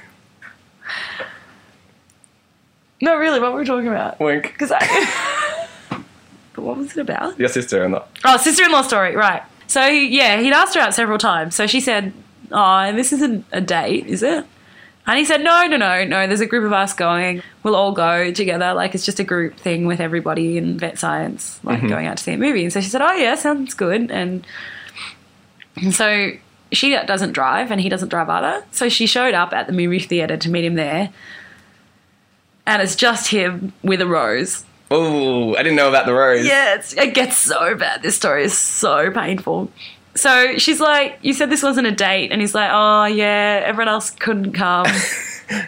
S2: No, really, what were we talking about? *laughs*
S1: a little bit. Wink.
S2: Because I. but what was it about?
S1: Your sister in law.
S2: Oh, sister in law story, right. So, he, yeah, he'd asked her out several times. So she said, Oh, this isn't a date, is it? And he said, No, no, no, no, there's a group of us going. We'll all go together. Like, it's just a group thing with everybody in vet science, like going out to see a movie. And so she said, Oh, yeah, sounds good. And, and so she doesn't drive and he doesn't drive either. So she showed up at the movie theater to meet him there. And it's just him with a rose.
S1: Oh, I didn't know about the rose.
S2: Yeah, it's, it gets so bad. This story is so painful. So she's like, You said this wasn't a date. And he's like, Oh, yeah, everyone else
S1: *laughs*
S2: couldn't come.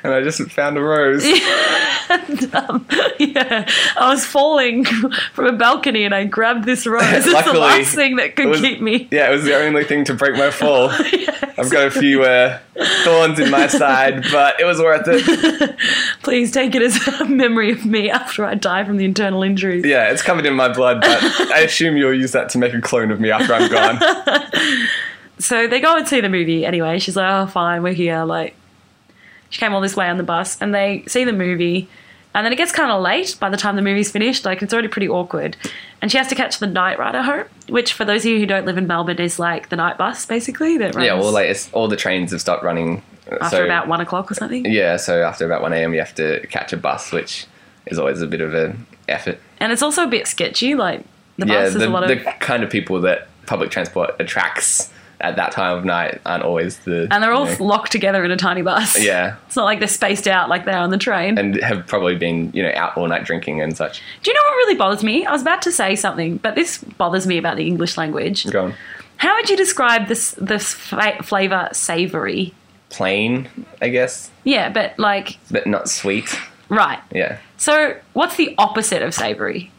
S1: And I just found a
S2: *laughs*
S1: rose.
S2: and, um, yeah, I was falling from a balcony and I grabbed this rose. It's the
S1: Luckily,
S2: last thing that could
S1: it was-
S2: keep me.
S1: Yeah, it was the only thing to break my
S2: *laughs*
S1: fall. I've got a few uh, thorns in my side, but it was worth
S2: *laughs*
S1: it.
S2: Please take it as a memory of me after I die from the internal injuries.
S1: Yeah, it's covered in my blood, but I assume you'll use that to make a clone of me after I'm
S2: *laughs*
S1: gone.
S2: So they go and see the movie anyway. She's like, oh, fine, we're here. Like, she came all this way on the bus, and they see the movie. And then it gets kind of late by the time the movie's finished. Like, it's already pretty awkward. And she has to catch the night rider home, which, for those of you who don't live in Melbourne, is like the night bus, basically. That runs
S1: like it's, all the trains have stopped running. uh,
S2: after about one o'clock or something.
S1: yeah, so after about 1am, you have to catch a bus, which is always a bit of an effort.
S2: And it's also a bit sketchy. Like, the
S1: yeah,
S2: bus is
S1: the,
S2: a lot of.
S1: the kind of people that public transport attracts at that time of night aren't always the
S2: and they're all
S1: you know,
S2: locked together in a tiny bus.
S1: yeah,
S2: It's not like they're spaced out like they are on the train.
S1: and have probably been you know out all night drinking and such.
S2: Do you know what really bothers me? I was about to say something, but this bothers me about the English language.
S1: Go on.
S2: How would you describe this this fa- flavor savory?
S1: Plain, I guess,
S2: Yeah, but like
S1: but not sweet.
S2: right.
S1: Yeah,
S2: So what's the opposite of savory?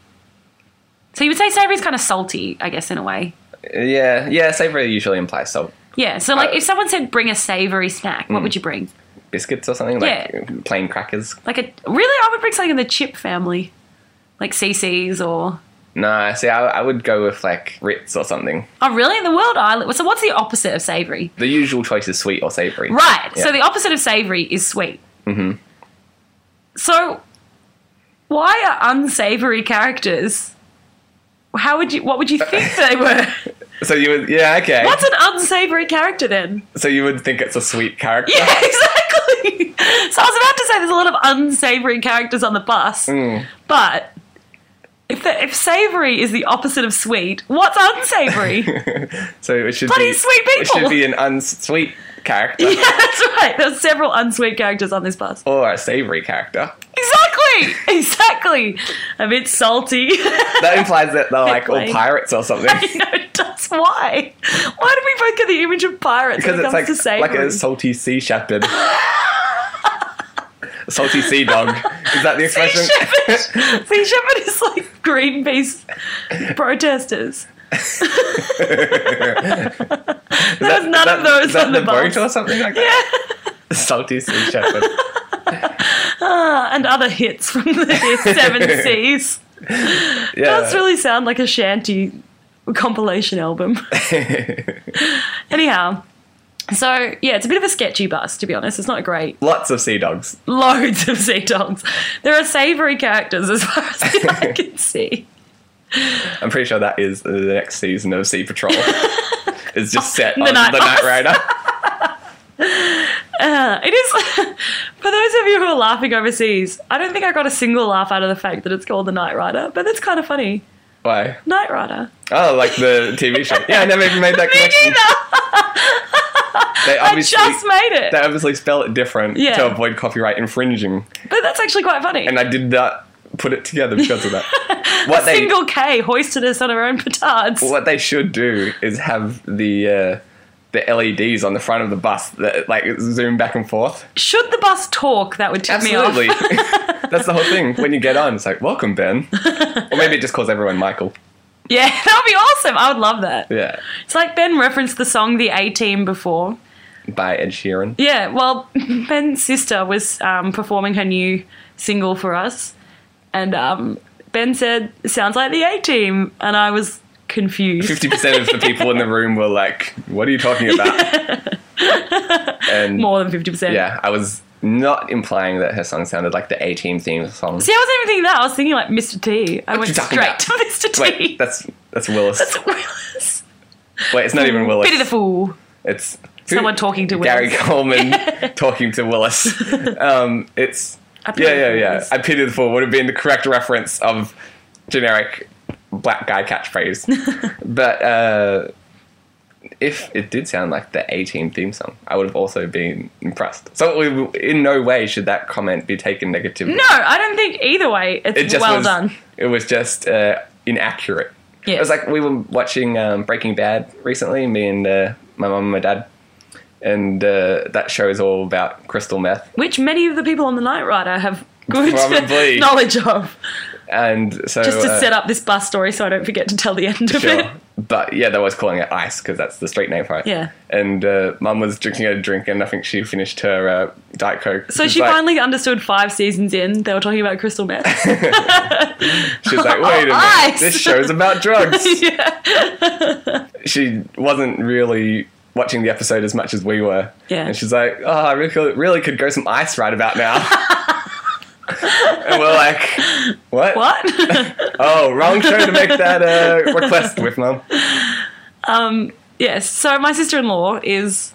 S2: So you would say savory is kind of salty, I guess, in a way.
S1: yeah, yeah. Savory usually implies salt
S2: Yeah. So like,
S1: Uh,
S2: if someone said bring a savory snack, what would you bring?
S1: biscuits or something
S2: Yeah.
S1: like plain crackers.
S2: Like a really, I would bring something in the chip family, like CC's or
S1: Nah, see, I, I would go with like Ritz or something.
S2: oh really in the world. I so what's the opposite of savory?
S1: The usual choice is sweet or savory.
S2: Right.
S1: Yeah.
S2: So the opposite of savory is sweet. Mm-hmm. So why are unsavory characters? How would you? What would you
S1: Uh,
S2: think
S1: *laughs*
S2: they were? *laughs*
S1: So you would, yeah, okay.
S2: What's an unsavory character then? *laughs*
S1: so you would think it's a sweet character.
S2: Yeah, exactly. So I was about to say there's a lot of unsavory characters on the bus,
S1: Mm.
S2: but if the, if savory is the opposite of sweet, what's
S1: *laughs*
S2: unsavory? yeah,
S1: So it should
S2: Bloody
S1: be
S2: sweet
S1: It
S2: people.
S1: should
S2: *laughs*
S1: be an unsweet character.
S2: that's right. There's several unsweet characters on this bus.
S1: or a savory character.
S2: Exactly, *laughs* exactly. A bit salty. *laughs*
S1: That implies that they're like all
S2: Plain.
S1: pirates or
S2: *laughs*
S1: something.
S2: you know, that's why. Why do we both get the image of pirates
S1: Because
S2: when it
S1: it's
S2: comes
S1: like
S2: *laughs* to savory?
S1: like a salty sea shepherd. salty sea dog. Is that the
S2: Sea
S1: expression? *laughs*
S2: Shepherd. sea Shepherd is like Greenpeace protesters. there was none of those
S1: Is that
S2: on the,
S1: boat
S2: bus.
S1: or something like that? *laughs* Salty sea
S2: *laughs*
S1: shepherd.
S2: Ah, and other hits from
S1: *laughs*
S2: the Seven Seas.
S1: Yeah.
S2: Does really sound like a shanty compilation album. *laughs* Anyhow, so yeah, it's a bit of a sketchy bus to be honest. It's not
S1: *laughs*
S2: great.
S1: Lots of sea dogs.
S2: Loads of sea dogs. There are savoury characters as far
S1: *laughs*
S2: as I can see.
S1: I'm pretty sure that is the next season of Sea
S2: *laughs*
S1: Patrol. it's just set
S2: The
S1: on
S2: Night
S1: the Night
S2: Bus.
S1: Rider.
S2: It is *laughs* for those of you who are laughing overseas. I don't think I got a single laugh out of the fact that it's called the Night Rider, but that's kind of funny.
S1: Why?
S2: Night Rider.
S1: Oh, like the TV show. Yeah, I never even made that
S2: *laughs* Me
S1: connection.
S2: neither.
S1: They
S2: I
S1: obviously
S2: just made it,
S1: they obviously spell it different
S2: Yeah.
S1: to avoid copyright infringing.
S2: but that's actually quite funny.
S1: And I did not put it together because
S2: *laughs*
S1: of that. What they
S2: single K hoisted us on our own petards.
S1: what they should do is have the uh, the LEDs on the front of the bus that like zoom back and forth.
S2: Should the bus talk? That would tip me
S1: Absolutely.
S2: off.
S1: *laughs* That's the whole thing. When you get on, it's like, welcome, Ben. or maybe it just calls everyone Michael.
S2: *laughs* Yeah, *laughs* that would be awesome. I would love that.
S1: Yeah.
S2: It's like Ben referenced the song The A Team before.
S1: By Ed Sheeran. *laughs*
S2: Yeah, well, *laughs* Ben's sister was um, performing her new single for us, and um, Ben said, "Sounds like the A Team," and I was confused.
S1: 50% of the people in the room were like, what are you talking about?
S2: *laughs*
S1: and
S2: More than fifty percent.
S1: yeah, I was not implying that her song sounded like the A Team theme song.
S2: *laughs* See, I wasn't even thinking that. I was thinking like Mr. T. I went
S1: you talking
S2: straight
S1: about?
S2: to *laughs* Mr. T.
S1: Wait, that's that's Willis.
S2: That's *laughs* Willis.
S1: Wait, it's not even Willis.
S2: Bit of the fool.
S1: It's
S2: Someone talking to
S1: Gary
S2: Willis.
S1: Coleman
S2: *laughs*
S1: *laughs* talking to Willis. Um, it's
S2: pity
S1: yeah, yeah,
S2: the
S1: yeah.
S2: fools.
S1: I pity the fool would have been the correct reference of generic black guy
S2: *laughs*
S1: catchphrase, but uh, if it did sound like the A Team theme song, I would have also been impressed. So we- in no way should that comment be taken negatively.
S2: No, I don't think either way. It's
S1: it just
S2: well
S1: was,
S2: done.
S1: It was just uh, inaccurate.
S2: Yeah.
S1: It was like we were watching um, Breaking Bad recently, me and uh, my mum and my dad, and uh, that show is all about crystal meth.
S2: which many of the people on the Night Rider have good
S1: Probably.
S2: *laughs* knowledge of.
S1: And so
S2: Just to
S1: uh,
S2: set up this bus story, so I don't forget to tell the end of *laughs* it.
S1: sure. But yeah, they was calling it ice because that's the street name for it.
S2: Yeah.
S1: And uh, mum was drinking a drink, and I think she finished her uh, diet coke.
S2: So she finally understood five seasons in. They were talking about crystal meth.
S1: *laughs* she's
S2: *laughs*
S1: like, wait a minute,
S2: Oh, Ice!"
S1: this show's
S2: *laughs*
S1: about drugs.
S2: yeah.
S1: she wasn't really watching the episode as much as we were.
S2: Yeah.
S1: And she's like, oh, I really could, really could go some ice right about
S2: *laughs*
S1: now. and we're like, what?
S2: What?
S1: Oh, wrong show to make that
S2: *laughs*
S1: uh, request with, mum.
S2: yes. So my sister-in-law is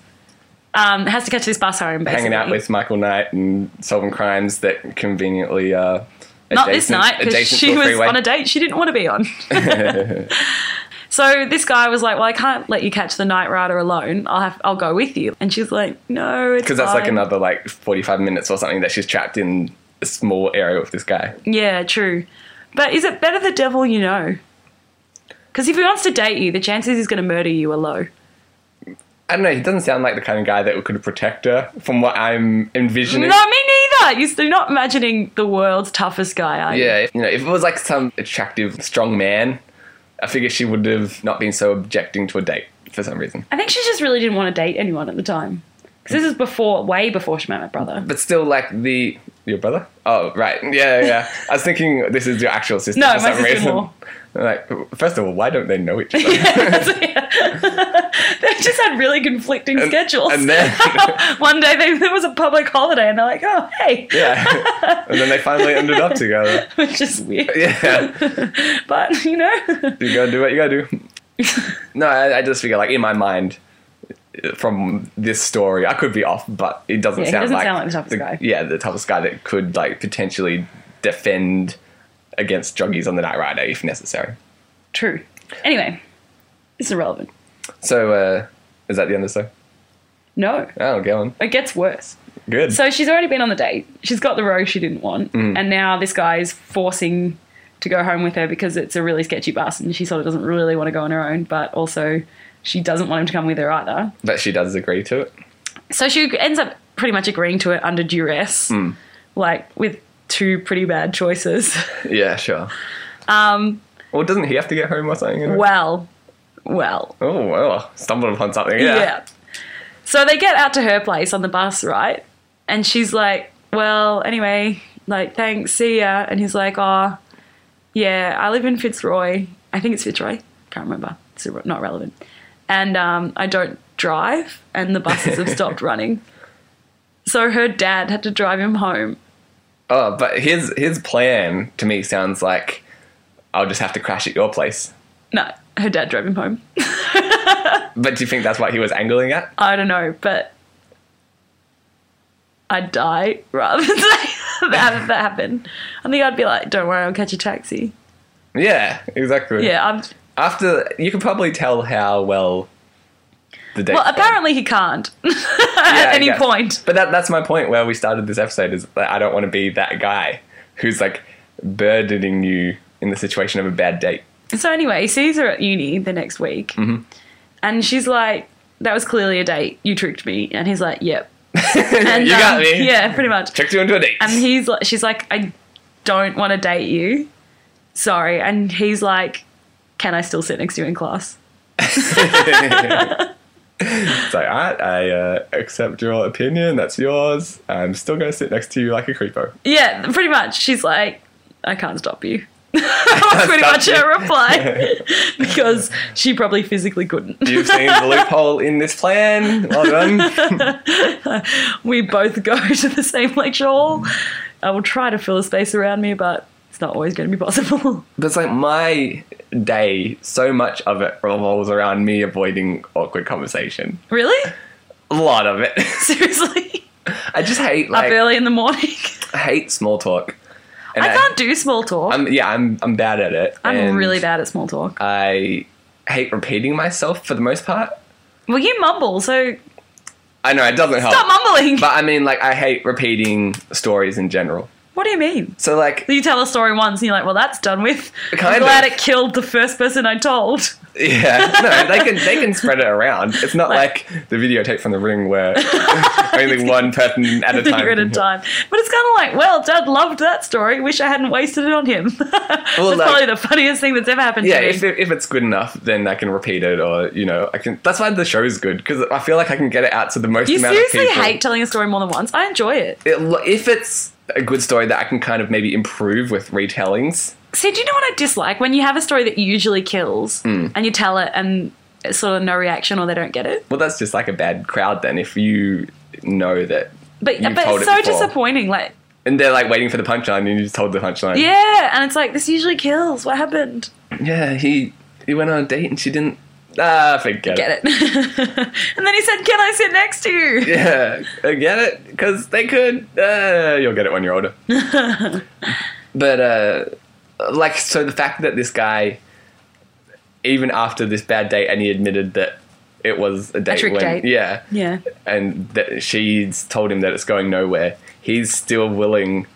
S2: um, has to catch this bus home. Basically.
S1: Hanging out with Michael Knight and solving crimes that conveniently uh,
S2: Not this night because
S1: adjacent to
S2: she
S1: a
S2: was
S1: freeway.
S2: on a date she didn't want to
S1: *laughs*
S2: be on. *laughs* so this guy was like, "Well, I can't let you catch the night rider alone. I'll have, I'll go with you." And she's like, "No, it's
S1: Because that's like
S2: fine."
S1: another like 45 minutes or something that she's trapped in a small area with this guy.
S2: Yeah, true. But is it better the devil you know? Because if he wants to date you, the chances he's going to murder you are low.
S1: I don't know, he doesn't sound like the kind of guy that could protect her from what I'm envisioning.
S2: No, me neither. You're still not imagining the world's toughest guy, are you?
S1: Yeah, if, you know, if it was like some attractive, strong man, I figure she would have not been so objecting to a date for some reason.
S2: I think she just really didn't want to date anyone at the time. Because this is before, way before she met my brother.
S1: But still, like the your brother? Oh, right, yeah, yeah, yeah. I was thinking this is your actual sister
S2: *laughs* No,
S1: for
S2: my
S1: some reason. *laughs*
S2: sister-in-law.
S1: Like, first of all, why don't they know each
S2: *laughs*
S1: other?
S2: They just had really conflicting schedules.
S1: and then-
S2: *laughs* one day they, there was a public holiday, and they're like, "Oh, hey," *laughs*
S1: yeah, and then they finally ended up together. *laughs*
S2: which is weird.
S1: Yeah,
S2: But you know, *laughs*
S1: you gotta do what you gotta do. No, I, I just figure like in my mind. From this story, I could be off, but it doesn't,
S2: Yeah, he
S1: sound,
S2: doesn't
S1: like
S2: sound like the toughest guy.
S1: Yeah, the toughest guy that could like potentially defend against druggies on the night rider if necessary.
S2: true. Anyway, it's irrelevant.
S1: So, uh, is that the end of the story?
S2: No,
S1: Oh, go on.
S2: it gets worse.
S1: Good.
S2: So she's already been on the date. She's got the row she didn't want, and now this guy is forcing to go home with her because it's a really sketchy bus, and she sort of doesn't really want to go on her own, but also she doesn't want him to come with her either.
S1: but she does agree to it.
S2: So she ends up pretty much agreeing to it under duress, like with two pretty bad choices. *laughs*
S1: Yeah, sure.
S2: Um,
S1: Well, doesn't he have to get home or something? Anyway?
S2: well, well,
S1: Oh, well, stumbled upon something. *laughs* Yeah.
S2: Yeah. So they get out to her place on the bus, right? And she's like, well, anyway, like, thanks, see ya. And he's like, oh, yeah, I live in Fitzroy. I think it's Fitzroy. Can't remember. It's irre- not relevant. And um, I don't drive, and the buses have stopped running. So her dad had to drive him home.
S1: Oh, but his his plan to me sounds like I'll just have to crash at your place.
S2: No, her dad drove him home.
S1: But do you think that's what he was angling at?
S2: I don't know, but I'd die rather *laughs* than have that happen. I think I'd be like, don't worry, I'll catch a taxi.
S1: Yeah, exactly.
S2: Yeah, I'm.
S1: After you can probably tell how well the date.
S2: Well, apparently he can't *laughs* at any point.
S1: But that that's my point where we started this episode is that I don't want to be that guy who's like burdening you in the situation of a bad date. *laughs*
S2: So anyway, he sees her at uni the next week,
S1: Mm-hmm.
S2: and she's like, "That was clearly a date. You tricked me." And he's like, "Yep." And,
S1: you got
S2: um,
S1: me.
S2: Yeah, pretty much.
S1: Tricked you into a date.
S2: And he's like, she's like, I don't want to date you. Sorry. And he's like, can I still sit next to you in class?
S1: It's like, all right, I uh, accept your opinion. That's yours. I'm still going to sit next to you like a
S2: *laughs*
S1: creepo.
S2: Yeah, pretty much. She's like, I can't stop you. *laughs* was pretty
S1: Stop
S2: much her
S1: *laughs*
S2: reply *laughs* because she probably physically couldn't.
S1: You've seen the loophole in this plan. Well done.
S2: We both go *laughs* to the same lecture hall. I will try to fill a space around me, but it's not always going to be possible. *laughs*
S1: But it's like my day, so much of it revolves around me avoiding awkward conversation.
S2: really? *laughs*
S1: A lot of it. *laughs*
S2: Seriously?
S1: I just hate
S2: Up
S1: like
S2: early in the morning? *laughs*
S1: I hate small talk. And
S2: I can't do small talk. I'm,
S1: I'm, yeah, I'm I'm bad at it. and Uh,
S2: really bad at small talk.
S1: I hate repeating myself for the most part.
S2: Well, you mumble, so
S1: I know it doesn't
S2: stop
S1: help.
S2: mumbling.
S1: Oh. But I mean, like, I hate repeating stories in general.
S2: what do you mean?
S1: So, like,
S2: You tell a story once and you're like, well, that's done with.
S1: Kind
S2: I'm glad
S1: of.
S2: it killed the first person I told.
S1: *laughs* Yeah, no, they can they can spread it around. It's not like,
S2: Like-
S1: the videotape from the ring where *laughs* only one person at a
S2: *laughs*
S1: time.
S2: Figure at a
S1: can-
S2: time. But it's kind of like, well, Dad loved that story. Wish I hadn't wasted it on him. *laughs* that's
S1: like-
S2: probably the funniest thing that's ever happened
S1: Yeah,
S2: to me.
S1: if, it- if it's good enough, then I can repeat it, or you know, I can. That's why the show's good because I feel like I can get it out to the most
S2: you
S1: amount
S2: seriously
S1: of people.
S2: hate telling a story more than once. I enjoy it.
S1: It lo- if it's a good story that I can kind of maybe improve with retellings.
S2: See, do you know what I dislike? When you have a story that usually kills
S1: Hmm.
S2: and you tell it and it's sort of no reaction or they don't get it.
S1: Well, that's just like a bad crowd then. If you know that,
S2: But,
S1: You've
S2: but
S1: told
S2: it's
S1: it
S2: so
S1: before.
S2: disappointing. Like,
S1: and they're like waiting for the punchline, and you just told the punchline.
S2: yeah. And it's like, this usually kills. What happened?
S1: yeah. He he went on a date and she didn't. Ah, forget
S2: Get it. *laughs* and then he said, can I sit next to you?
S1: Yeah, *laughs* I get it because they could. Uh, you'll get it when you're
S2: *laughs*
S1: older. but uh, like, so the fact that this guy, even after this bad date, and he admitted that it was a date
S2: trick
S1: when
S2: date.
S1: yeah,
S2: Yeah.
S1: and that she's told him that it's going nowhere, he's still willing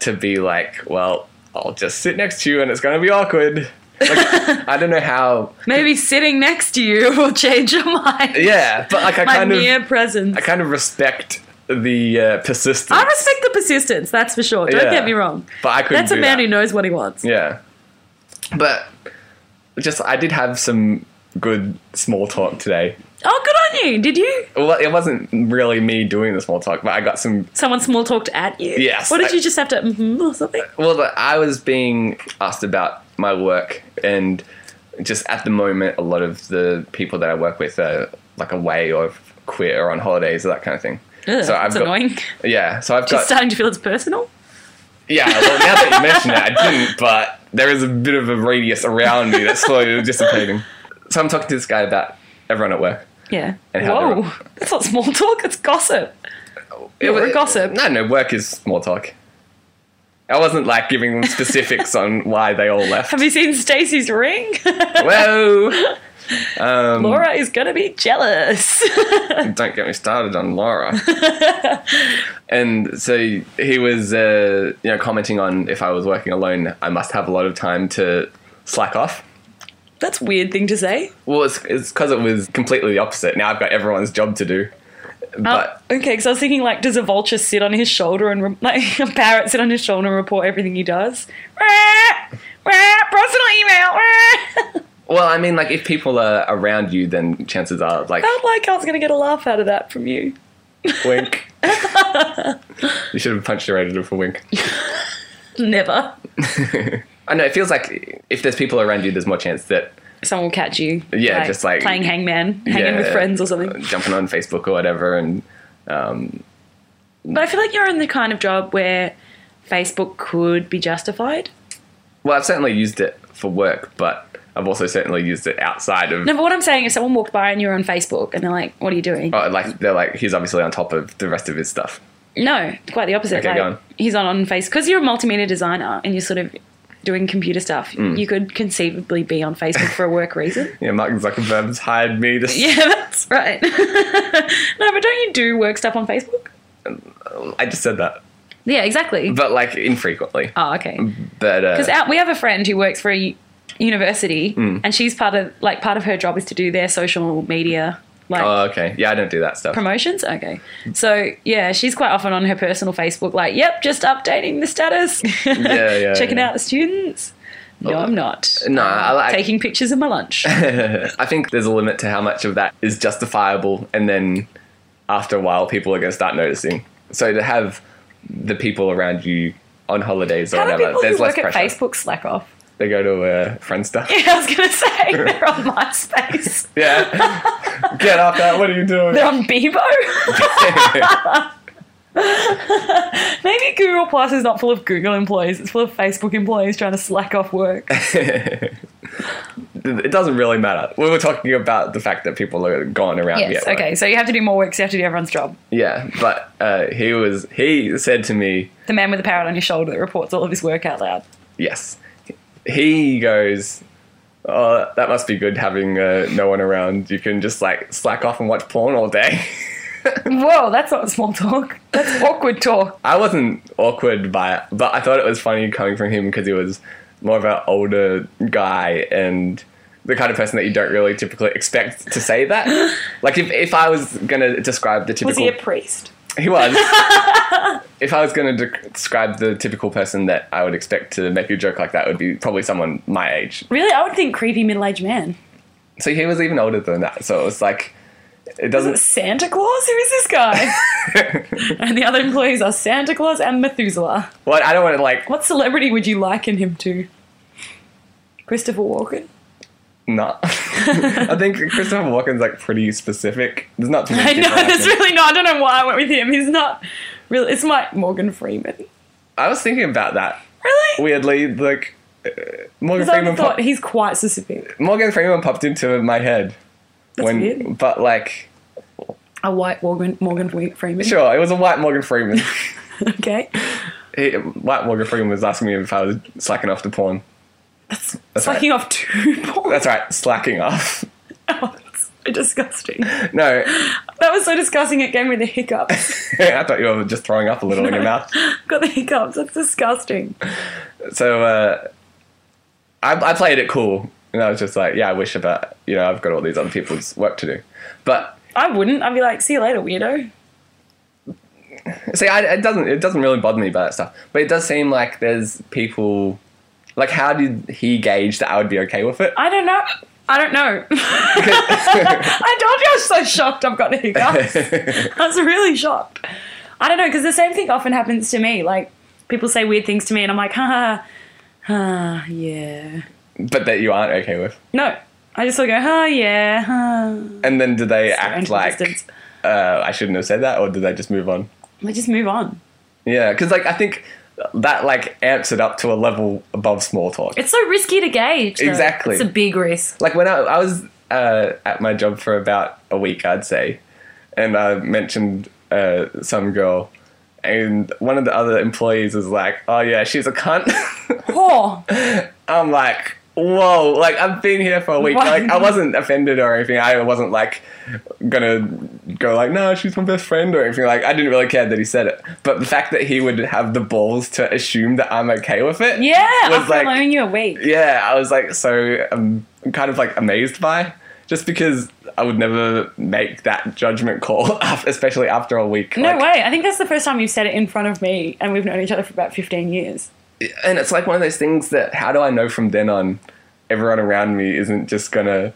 S1: to be like, well, I'll just sit next to you, and it's going to be awkward.
S2: *laughs*
S1: Like, I don't know how.
S2: Maybe sitting next to you *laughs* will change your mind.
S1: Yeah, but like I
S2: My
S1: kind of,
S2: mere presence.
S1: I kind of respect the uh, persistence.
S2: I respect the persistence, that's for sure. Don't
S1: Yeah.
S2: get me wrong.
S1: But I couldn't.
S2: That's a
S1: do
S2: man
S1: that.
S2: who knows what he wants.
S1: Yeah, but just I did have some good small talk today.
S2: Oh, good on you. Did you?
S1: Well, it wasn't really me doing the small talk, but I got some.
S2: Someone small talked at you?
S1: Yes,
S2: Or did
S1: I-
S2: you just have to mm or something?
S1: Well, the- I was being asked about my work, and just at the moment, a lot of the people that I work with are like away or quit or on holidays or that kind of thing.
S2: Ugh, that's
S1: got, *laughs*
S2: annoying.
S1: Yeah, so I've
S2: Just
S1: got
S2: starting to feel it's personal.
S1: Yeah, well, now that you mention it, I didn't, but there is a bit of a radius around me that's slowly dissipating. So I'm talking to this guy about everyone at work.
S2: Yeah.
S1: And how they're-
S2: Whoa. *laughs* That's not small talk, it's gossip. You were a gossip.
S1: No, no, work is small talk. I wasn't like giving them specifics on why they all
S2: *laughs*
S1: left.
S2: Have you seen Stacey's ring? *laughs*
S1: Whoa! Um,
S2: Laura is going to be jealous. *laughs*
S1: don't get me started on Laura. and so he was, uh, you know, commenting on if I was working alone, I must have a lot of time to slack off.
S2: that's a weird thing to say.
S1: Well, it's because it was completely the opposite. Now I've got everyone's job to do. But
S2: Oh, okay, because I was thinking, like, does a vulture sit on his shoulder and, re- *laughs* like, a parrot sit on his shoulder and report everything he does? *laughs* Wah! Wah! Personal email! Wah! *laughs*
S1: well, I mean, like if people are around you, then chances are
S2: *laughs*
S1: like
S2: Felt like I was going to get a laugh out of that from you.
S1: wink. you should have punched your editor for wink.
S2: Never.
S1: I know it feels like if there's people around you, there's more chance that
S2: Someone will catch you.
S1: Yeah, just like-
S2: Playing hangman, hanging with
S1: yeah,
S2: friends or something.
S1: jumping on Facebook or whatever, and
S2: But I feel like you're in the kind of job where Facebook could be justified.
S1: Well, I've certainly used it for work, but I've also certainly used it outside of.
S2: No, but what I'm saying is someone walked by and you're on Facebook and they're like, what are you doing?
S1: Oh, like they're like he's obviously on top of the rest of his stuff.
S2: No, quite the opposite.
S1: Okay,
S2: like,
S1: go on.
S2: He's on on Facebook because you're a multimedia designer and you're sort of doing computer stuff.
S1: Mm.
S2: You could conceivably be on Facebook for a work
S1: *laughs*
S2: reason.
S1: Yeah, Mark Zuckerberg's hired me to.
S2: yeah, that's *laughs* right. no, but don't you do work stuff on Facebook?
S1: I just said that,
S2: Yeah, exactly.
S1: but like infrequently.
S2: oh, okay.
S1: But
S2: Because
S1: uh,
S2: out, we have a friend who works for a u- university,
S1: Hmm.
S2: and she's part of like part of her job is to do their social media like
S1: oh, okay, yeah, I don't do that stuff.
S2: promotions. Okay, so yeah, she's quite often on her personal Facebook, like, "Yep, just updating the status,
S1: *laughs*
S2: *laughs*
S1: Yeah, yeah,
S2: checking
S1: yeah.
S2: out the students." No, I'm not.
S1: No, I like.
S2: taking pictures of my lunch.
S1: *laughs* I think there's a limit to how much of that is justifiable, and then after a while, people are going to start noticing. So to have the people around you on holidays or
S2: How do
S1: whatever,
S2: people
S1: there's
S2: who
S1: less
S2: work at
S1: pressure.
S2: Facebook slack off? *laughs*
S1: They go to uh, friend stuff.
S2: Yeah, I was going to say *laughs* they're on MySpace.
S1: Yeah. Get off that. What are you doing?
S2: They're on Bebo. *laughs* Maybe Google Plus is not full of Google employees. It's full of Facebook employees trying to slack off work.
S1: it doesn't really matter. We were talking about the fact that people are gone around.
S2: Yes.
S1: yet, right?
S2: okay. So you have to do more work. So you have to do everyone's job.
S1: Yeah, but uh, he was. He said to me,
S2: The man with the parrot on your shoulder that reports all of his work out loud.
S1: "Yes." He goes, "Oh, that must be good having uh, no one around. You can just like slack off and watch porn all day." *laughs*
S2: Whoa, that's not small talk. *laughs* That's awkward talk.
S1: I wasn't awkward by it, but I thought it was funny coming from him because he was more of an older guy and the kind of person that you don't really typically expect to say
S2: *laughs*
S1: that. like if, if I was gonna describe the
S2: Was
S1: typical,
S2: he a priest?
S1: *laughs* he
S2: *laughs*
S1: was. if I was gonna de- describe the typical person that I would expect to make a joke like that, would be probably someone my age.
S2: Really, I would think creepy middle-aged man.
S1: So he was even older than that. So it was like, it doesn't.
S2: Santa Claus? Who is this *laughs* guy? and the other employees are Santa Claus and Methuselah.
S1: *laughs* Well, I don't want to like
S2: What celebrity would you liken him to? Christopher Walken?
S1: not. *laughs* I think Christopher Walken's like pretty specific. There's not too many
S2: I know,
S1: people like
S2: that's
S1: him.
S2: really not. I don't know why I went with him. He's not really. It's like Morgan Freeman.
S1: I was thinking about that.
S2: Really?
S1: Weirdly, like uh, Morgan
S2: Because I
S1: Freeman.
S2: thought
S1: Pop-
S2: he's quite specific.
S1: Morgan Freeman popped into my head. when,
S2: weird.
S1: but like,
S2: A white Morgan, Morgan Fre- Freeman.
S1: sure, it was a white Morgan Freeman.
S2: Okay.
S1: he, white Morgan Freeman was asking me if I was slacking off to porn.
S2: That's,
S1: That's
S2: sucking off two *laughs* balls.
S1: That's right, slacking off. *laughs*
S2: That's so disgusting. That
S1: No, *laughs*
S2: was so disgusting. It gave me the hiccups. *laughs*
S1: I thought you were just throwing up a little in your mouth.
S2: Got the hiccups. That's disgusting.
S1: So uh, I, I played it cool, and I was just like, yeah, I wish about you know I've got all these other people's work to do, but
S2: I wouldn't. I'd be like, see you later, weirdo.
S1: See, I, it doesn't it doesn't really bother me about that stuff, but it does seem like there's people. Like, how did he gauge that I would be okay with it? *laughs*
S2: I don't know. I don't know. *laughs* I told you I was so shocked I've got the hiccups. *laughs* I was really shocked. I don't know, because the same thing often happens to me. Like, people say weird things to me, and I'm like, ha ha, ha, yeah.
S1: but that you aren't okay with.
S2: No. I just sort of go, ha, yeah, ha.
S1: And then do they act
S2: Social
S1: like
S2: distance.
S1: uh, I shouldn't have said that, or do they just move on?
S2: I just move on.
S1: Yeah, because like I think that like amps it up to a level above small talk.
S2: It's so risky to gauge. though.
S1: Exactly.
S2: It's a big risk.
S1: like when I, I was uh, at my job for about a week, I'd say, and I mentioned uh, some girl, and one of the other employees was like, "Oh yeah, she's a cunt." *laughs*
S2: Oh,
S1: I'm like, whoa, like I've been here for a week.
S2: Wow.
S1: Like I wasn't offended or anything. I wasn't like gonna go like, no, she's my best friend or anything. Like I didn't really care that he said it. But the fact that he would have the balls to assume that I'm okay with it.
S2: yeah.
S1: Was
S2: After
S1: like
S2: loaning you a week.
S1: Yeah, I was like so um, kind of like amazed by. just because I would never make that judgment call, *laughs* af- especially after a week.
S2: No
S1: like,
S2: way. I think that's the first time you've said it in front of me, and we've known each other for about 15 years.
S1: and it's like one of those things that how do I know from then on everyone around me isn't just gonna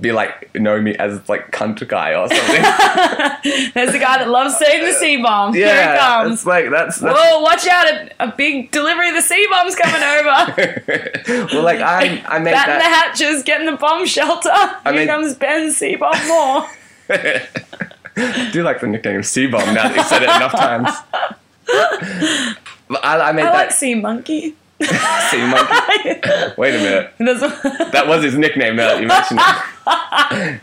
S1: be like know me as like cunt guy or
S2: *laughs*
S1: something.
S2: There's the guy that loves saying the C bomb. Here it
S1: yeah,
S2: comes.
S1: it's like that's, that's
S2: Whoa, watch out. A, a big delivery of the C bomb's
S1: *laughs*
S2: coming over.
S1: well like I I made
S2: Batten the
S1: that
S2: hatches, get in the bomb shelter. Here
S1: mean-
S2: comes Ben C bomb more.
S1: I *laughs* do like the nickname C bomb now that you said it enough
S2: *laughs*
S1: times. But I, I made
S2: I like
S1: that
S2: Sea Monkey. *laughs*
S1: C monkey. Wait a minute.
S2: There's-
S1: That was his nickname now that you mentioned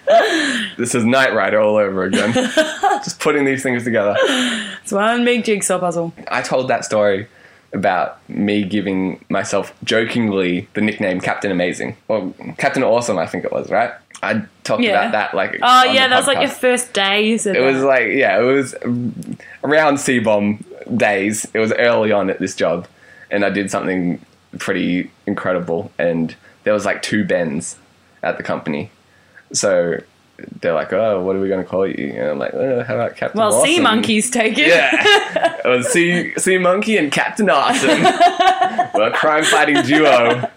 S1: it.
S2: *laughs*
S1: this is Knight Rider all over again. Just putting these things together.
S2: it's one big jigsaw puzzle. Oh,
S1: I told that story about me giving myself jokingly the nickname Captain Amazing or Captain Awesome, I think it was, right? I talked
S2: Yeah.
S1: about that like.
S2: Oh,
S1: on the
S2: yeah, that was like
S1: podcast.
S2: your first day. You said
S1: It was like yeah, it was um, around C bomb days. It was early on at this job, and I did something pretty incredible. And there was like two Bens at the company, so they're like, "Oh, what are we going to call you?" And I'm like, oh, "How about Captain?"
S2: well, Sea
S1: Awesome?"
S2: Monkey's taken.
S1: Yeah. it was Sea, sea Monkey and Captain Awesome. We're a crime fighting duo.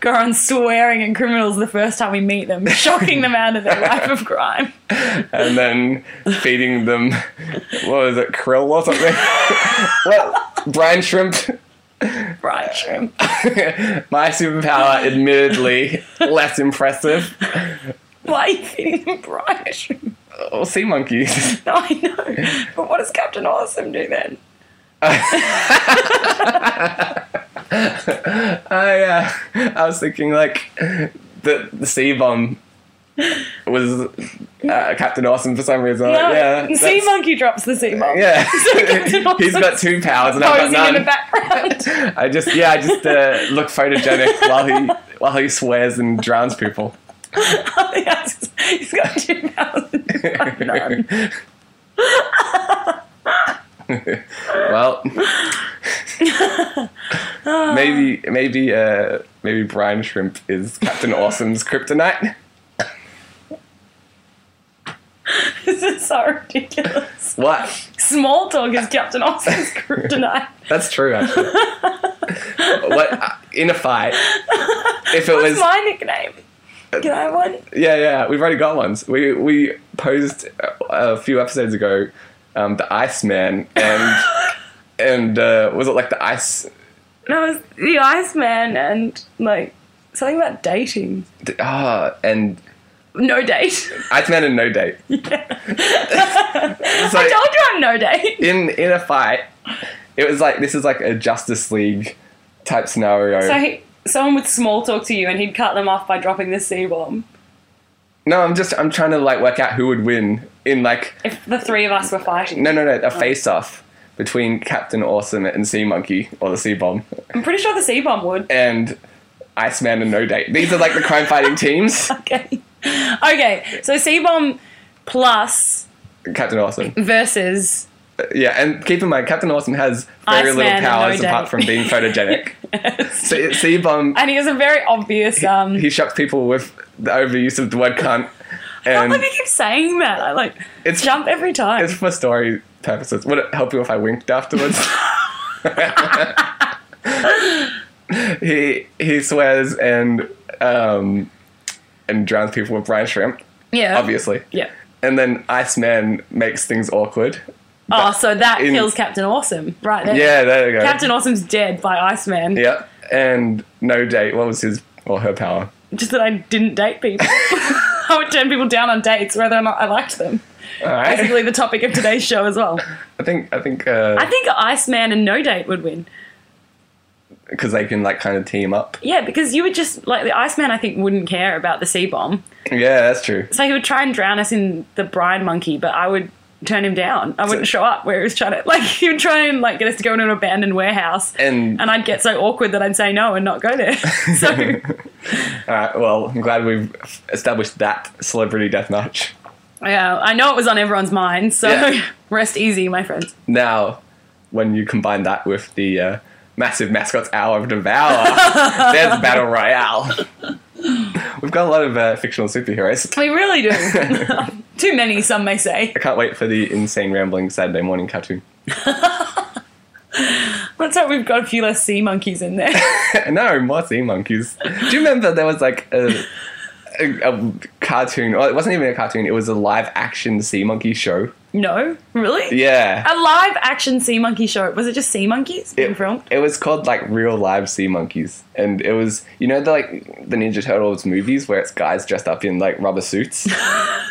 S2: Goron's swearing at criminals the first time we meet them, shocking them out of their life of crime.
S1: And then feeding them, what was it, krill or something? *laughs* what? Brine shrimp.
S2: Right, shrimp.
S1: *laughs* My superpower,
S2: *laughs*
S1: admittedly, less impressive.
S2: Why are you feeding them bright shrimp? *laughs*
S1: Or Oh, sea monkeys. *laughs*
S2: No, I know. But what does Captain Awesome do then?
S1: I, uh, I was thinking, like, the, the sea bomb was uh, Captain Awesome for some reason. I'm like,
S2: No,
S1: Uh, yeah.
S2: the sea
S1: that's-
S2: monkey drops the sea
S1: *laughs*
S2: monkey. *laughs*
S1: Yeah.
S2: Captain Awesome.
S1: *laughs*
S2: Oh,
S1: He's got two powers and I've
S2: Posing
S1: got
S2: in the
S1: none. *laughs*
S2: background.
S1: I just yeah, I just uh, look photogenic while he
S2: *laughs*
S1: while he swears and drowns people.
S2: He's got two powers.
S1: *laughs*
S2: None.
S1: well, maybe maybe uh, maybe Brian Shrimp is Captain Awesome's kryptonite.
S2: This is so ridiculous.
S1: What?
S2: Small talk is Captain Awesome's
S1: *laughs*
S2: kryptonite.
S1: That's true. Actually, what uh, in a fight? If it was
S2: What's my nickname? Can I have one?
S1: Yeah, yeah, we've already got ones. We we posed a, a few episodes ago um, the Iceman and and uh, was it like the ice?
S2: No, it was the Iceman and like something about dating.
S1: the- Ah, and
S2: No date. *laughs*
S1: Iceman and no date. so
S2: I told you I'm no date.
S1: in in a fight, it was like this is like a Justice League type scenario.
S2: So he, someone would small talk to you and he'd cut them off by dropping the C bomb.
S1: no, I'm just I'm trying to like work out who would win in like
S2: If the three of us were fighting.
S1: no no no a face off between Captain Awesome and Sea Monkey or the Sea Bomb.
S2: I'm pretty sure the C bomb would.
S1: and Iceman and No Date. These are like the crime
S2: *laughs*
S1: fighting teams.
S2: Okay. Okay, so C bomb plus
S1: Captain Awesome.
S2: versus.
S1: Yeah, and keep in mind, Captain Awesome has very
S2: Iceman
S1: little
S2: and No
S1: powers
S2: Date.
S1: apart from being
S2: *laughs*
S1: photogenic. so, Sea Bomb,
S2: And he has a very obvious. Um,
S1: he shocks people with the overuse of the word cunt.
S2: I
S1: And
S2: like I keep saying that. I like
S1: It's-
S2: jump every time.
S1: it's for story purposes. Would it help you if I winked afterwards? *laughs* he he swears and um, and drowns people with brine shrimp,
S2: yeah.
S1: obviously.
S2: Yeah.
S1: And then Iceman makes things awkward.
S2: Oh, so that
S1: in-
S2: kills Captain Awesome right there.
S1: Yeah, there you go.
S2: Captain Awesome's dead by Iceman.
S1: Yep. And no date. What was his or her power?
S2: Just that I didn't
S1: *laughs*
S2: date people. *laughs* I would turn people down on dates whether or not I liked them.
S1: All right.
S2: Basically, the topic of today's show as well.
S1: I think I think uh,
S2: I think Iceman and No Date would win.
S1: because they can like kind of team up.
S2: Yeah, because you would just, like, the Iceman, I think, wouldn't care about the sea bomb.
S1: Yeah, that's true.
S2: So he would try and drown us in the brine monkey, but I would turn him down. I wouldn't show up where he was trying to, like, he would try and, like, get us to go into an abandoned warehouse.
S1: And all
S2: and I'd get so awkward that I'd say no and not
S1: *laughs*
S2: go there. So
S1: right, Uh, well, I'm glad we've established that celebrity death match.
S2: yeah, I know it was on everyone's mind. So
S1: Yeah.
S2: *laughs* rest easy, my friends.
S1: Now, when you combine that with the uh, massive mascots hour of devour, there's battle royale. We've got a lot of uh, fictional superheroes.
S2: We really do.
S1: *laughs*
S2: *laughs* Too many, some may say.
S1: I can't wait for the insane rambling Saturday morning cartoon. *laughs*
S2: Let's hope we've got a few less sea monkeys in there. *laughs*
S1: no, more sea monkeys. Do you remember there was like a, a, a cartoon? Well, it wasn't even a cartoon. It was a live action sea monkey show.
S2: no? Really?
S1: Yeah.
S2: A live action sea monkey show. Was it just sea monkeys being
S1: it,
S2: filmed?
S1: it was called like real live sea monkeys and it was you know the like the ninja turtles movies where it's guys dressed up in like rubber
S2: *laughs*
S1: suits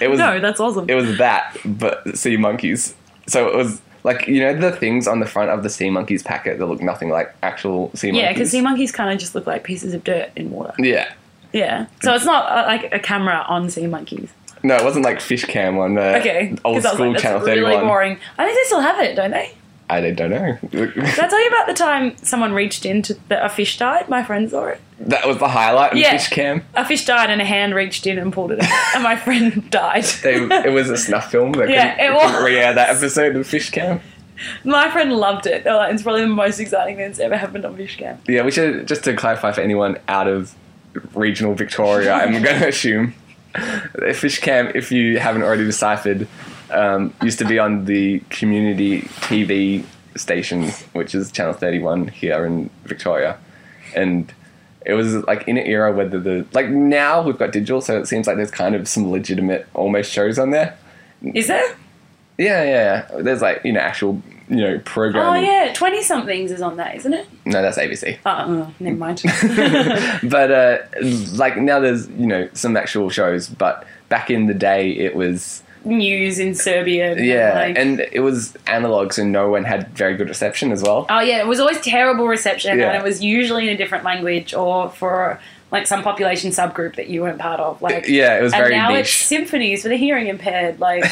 S1: it was
S2: No, that's awesome.
S1: it was that but sea monkeys so it was like you know the things on the front of the sea monkeys packet that look nothing like actual sea monkeys
S2: yeah, because sea monkeys kind of just look like pieces of dirt in water.
S1: yeah
S2: Yeah. So it's not uh, like a camera on sea monkeys.
S1: no it wasn't like fish cam on the
S2: Okay.
S1: old
S2: 'cause I was
S1: school
S2: like, that's
S1: channel
S2: really
S1: 31
S2: boring. I think they still have it, don't they?
S1: i don't know
S2: Did I tell you about the time someone reached into the, a fish died? My friend saw it.
S1: *laughs* that was the highlight of
S2: Yeah.
S1: fish cam
S2: A fish died and a hand reached in and pulled it
S1: *laughs*
S2: out. and my friend died.
S1: they, it was a snuff film they
S2: Yeah,
S1: couldn't,
S2: it
S1: they couldn't
S2: was.
S1: re-air that episode of fish cam
S2: *laughs* My friend loved it. They were like, it's probably the most exciting thing that's ever happened on Fish Camp.
S1: Yeah, we should just to clarify for anyone out of regional Victoria. I'm
S2: *laughs*
S1: going to assume that fish cam, if you haven't already deciphered, um, used to be on the community TV station, which is Channel 31 here in Victoria, and it was like in an era where the, the like now we've got digital, so it seems like there's kind of some legitimate almost shows on there. Mm.
S2: Is there?
S1: Yeah, yeah, yeah. there's like you know actual you know
S2: Oh,
S1: programming.
S2: yeah. 20 somethings is on that, isn't it?
S1: No, that's ABC.
S2: Oh, oh, never
S1: *laughs*
S2: mind. *laughs*
S1: but uh, like now there's you know some actual shows but back in the day it was
S2: News in Serbia. and,
S1: yeah
S2: like-
S1: and it was analog so no one had very good reception as well
S2: Oh yeah, it was always terrible reception,
S1: Yeah.
S2: and it was usually in a different language or for like some population subgroup that you weren't part of. Like
S1: yeah it was
S2: and
S1: very
S2: now it's
S1: niche
S2: symphonies for the hearing
S1: *laughs*
S2: impaired. Like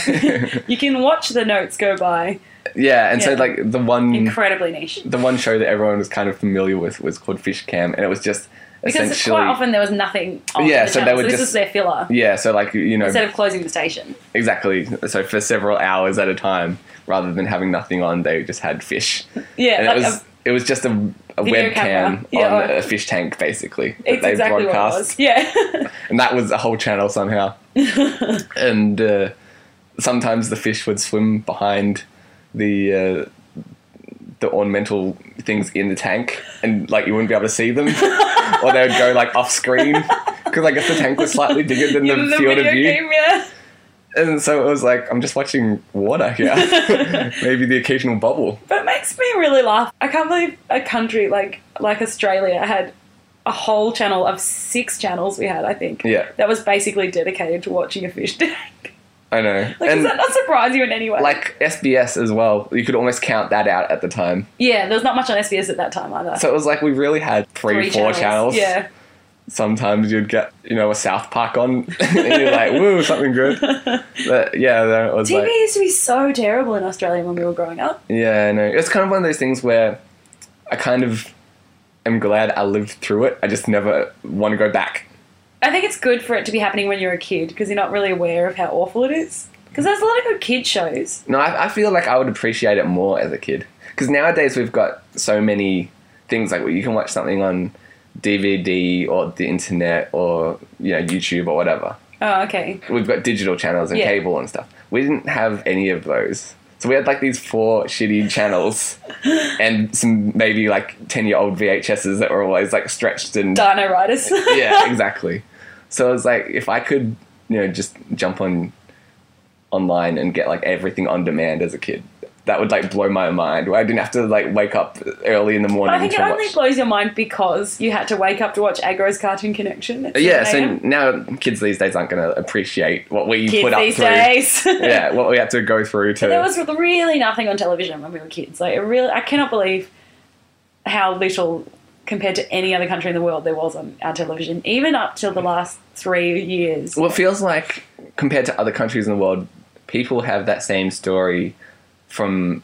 S2: you can watch the notes go by.
S1: yeah and so
S2: yeah.
S1: like the one
S2: Incredibly niche.
S1: the one show that everyone was kind of familiar with was called fish cam and it was just
S2: Because
S1: essentially
S2: quite often there was nothing. On
S1: Yeah,
S2: the
S1: so they
S2: channel,
S1: would
S2: this
S1: just-
S2: is their filler.
S1: yeah so like you know
S2: Instead of closing the station,
S1: exactly so for several hours at a time rather than having nothing on they just had fish
S2: yeah,
S1: and
S2: like um,
S1: it was
S2: a-
S1: it was just a, a
S2: Video
S1: webcam
S2: camera.
S1: on
S2: Yeah.
S1: a fish tank basically that
S2: it's exactly what it was. Yeah, *laughs*
S1: and that was a whole channel somehow and uh, sometimes the fish would swim behind the uh, the ornamental things in the tank and like you wouldn't be able to see
S2: *laughs*
S1: them or they would go like off screen because I guess the tank was slightly bigger than
S2: In
S1: the field of
S2: video
S1: view
S2: game, yeah.
S1: and so it was like I'm just watching water
S2: *laughs*
S1: here *laughs* maybe the occasional bubble
S2: But it makes me really laugh. I can't believe a country like like Australia had a whole channel of six channels we had, I think.
S1: Yeah.
S2: That was basically dedicated to watching a fish tank. *laughs*
S1: I know
S2: like,
S1: and
S2: does that not surprise you in any way?
S1: like SBS as well you could almost count that out at the time
S2: yeah, there was not much on SBS at that time either.
S1: so it was like we really had three, four channels *laughs*
S2: Yeah.
S1: sometimes you'd get you know a South Park on, *laughs* and you're like, "Woo, something *laughs* good." But yeah, then it was
S2: TV
S1: like,
S2: used to be so terrible in Australia when we were growing up.
S1: yeah, no, it's kind of one of those things where I kind of am glad I lived through it. I just never want to go back.
S2: I think it's good for it to be happening when you're a kid because you're not really aware of how awful it is. Because there's a lot of good kid shows.
S1: No, I, I feel like I would appreciate it more as a kid because nowadays we've got so many things like where you can watch something on DVD or the internet or you know YouTube or whatever.
S2: Oh, okay.
S1: we've got digital channels and
S2: Yeah.
S1: cable and stuff. We didn't have any of those. So we had like these four shitty
S2: *laughs*
S1: channels and some maybe like 10 year old VHSs that were always like stretched and.
S2: Dino Riders.
S1: *laughs*
S2: *laughs*
S1: Yeah, exactly. So it's like if I could, you know, just jump on online and get like everything on demand as a kid, that would like blow my mind. Where I didn't have to like wake up early in the morning
S2: I think it
S1: to
S2: only
S1: watch.
S2: blows your mind because you had to wake up to watch Agro's Cartoon Connection. at
S1: yeah,
S2: 7
S1: so
S2: a.m.
S1: now kids these days aren't going to appreciate what we
S2: kids
S1: put up
S2: these
S1: through.
S2: days.
S1: *laughs*
S2: *laughs*
S1: Yeah, what we had to go through to.
S2: there was really nothing on television when we were kids. Like, it really, I cannot believe how little compared to any other country in the world there was on our television, even up till the last three years.
S1: Well, it feels like compared to other countries in the world, people have that same story from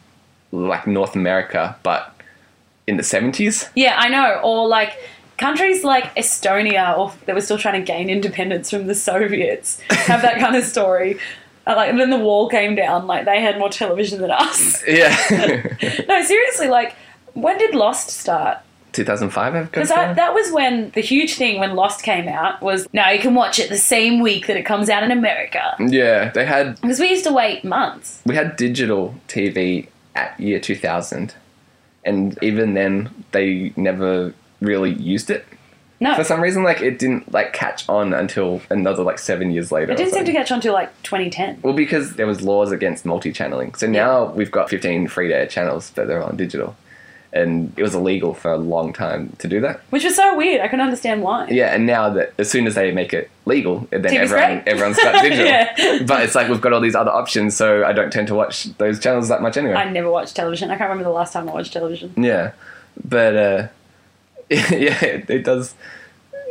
S1: like North America, but in the seventies.
S2: Yeah, I know. Or like countries like Estonia, or that were still trying to gain independence from
S1: *laughs*
S2: the Soviets, have that kind of story. Uh, Like then the wall came down. Like they had
S1: *laughs*
S2: more television than us.
S1: Yeah,
S2: No, seriously, like, when did Lost start?
S1: 2005. I've got
S2: Because I- that was when the huge thing when Lost came out was now you can watch it the same week that it comes out in America.
S1: Yeah, they had
S2: Because we used to wait months.
S1: we had digital TV at year 2000, and even then they never really used it.
S2: No,
S1: For some reason, like it didn't like catch on until another like seven years later.
S2: it didn't seem to catch on till like 2010.
S1: Well, because there was laws against multi-channeling, so now we've got 15 free-to-air channels, but they're on digital, and it was illegal for a long time to do that.
S2: Which was so weird. I couldn't understand why.
S1: Yeah, and now that as soon as they make it legal, then
S2: TV 's
S1: everyone
S2: great.
S1: everyone's
S2: *laughs*
S1: got digital.
S2: Yeah.
S1: But it's like we've got all these other options, so I don't tend to watch those channels that much anyway.
S2: I never watched television. I can't remember the last time I watched television.
S1: yeah, but uh, *laughs* yeah, it, it does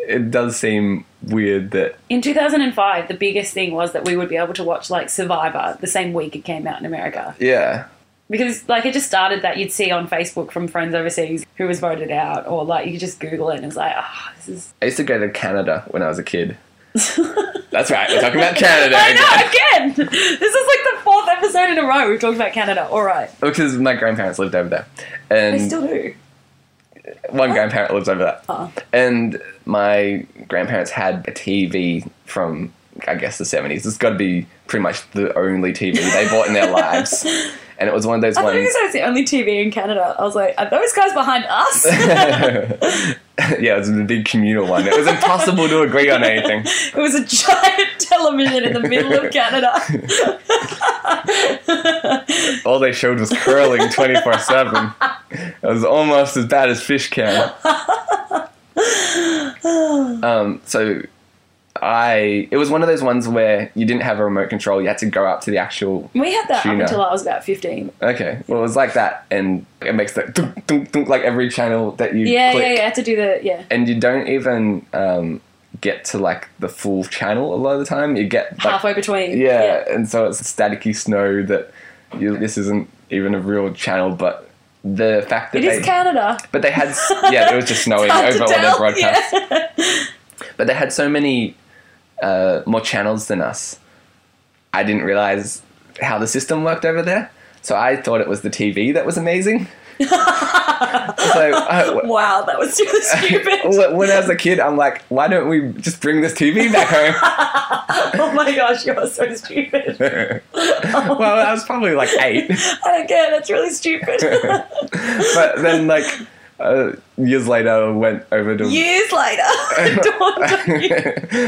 S1: it does seem weird that
S2: In 2005, the biggest thing was that we would be able to watch like Survivor the same week it came out in America.
S1: yeah
S2: Because like it just started that you'd see on Facebook from friends overseas who was voted out, or like you could just Google it and it's like, oh, this is
S1: I used to go to Canada when I was a
S2: *laughs*
S1: kid. That's right, we're talking about Canada.
S2: I
S1: again. *laughs*
S2: know, again! This is like the fourth episode in a row we've talked about Canada. All right. Um,
S1: because Oh, my grandparents lived over there,
S2: They
S1: and
S2: still do.
S1: one grandparent lives over there.
S2: Oh.
S1: And my grandparents had a TV from, I guess, the seventies. It's got to be pretty much the only TV they bought
S2: *laughs*
S1: in their lives, and it was one of those
S2: I thought you
S1: ones.
S2: said it's the only TV in Canada. I was like, are those guys behind
S1: *laughs*
S2: us?
S1: yeah, it was a big communal one. It was impossible to agree on anything.
S2: it was a giant *laughs* television in the middle of Canada. *laughs*
S1: All they showed was curling twenty four seven. It was almost as bad as fish
S2: *laughs*
S1: can. um, so I it was one of those ones where you didn't have a remote control. You had to go up to the actual
S2: we had that
S1: Tuna.
S2: up until I was about 15.
S1: Okay, well, it was like that, and it makes that dunk, dunk, dunk, like every channel that you
S2: Yeah,
S1: click,
S2: yeah, yeah. I had to do the, yeah.
S1: and you don't even um, get to like the full channel a lot of the time. You get like,
S2: halfway between.
S1: yeah, and so it's staticky snow that you, this isn't even a real channel, but the fact that
S2: It
S1: they
S2: is Canada.
S1: but they had
S2: *laughs*
S1: s- Oh, yeah, it was just snowing
S2: Hard
S1: over
S2: to
S1: all their
S2: tell, *laughs*
S1: broadcasts.
S2: yeah.
S1: But they had so many uh, more channels than us. I didn't realize how the system worked over there. So I thought it was the TV that was
S2: *laughs*
S1: amazing. so I, w-
S2: Wow,
S1: *laughs*
S2: that was really stupid.
S1: w- when I was a kid, I'm like, why don't we just bring this TV back home? *laughs*
S2: oh my gosh, you're so stupid. Oh
S1: well, I was probably like eight.
S2: I don't care, that's
S1: *laughs*
S2: really stupid.
S1: But then, like, uh, years later, I went over to
S2: Years later, *laughs* it dawned on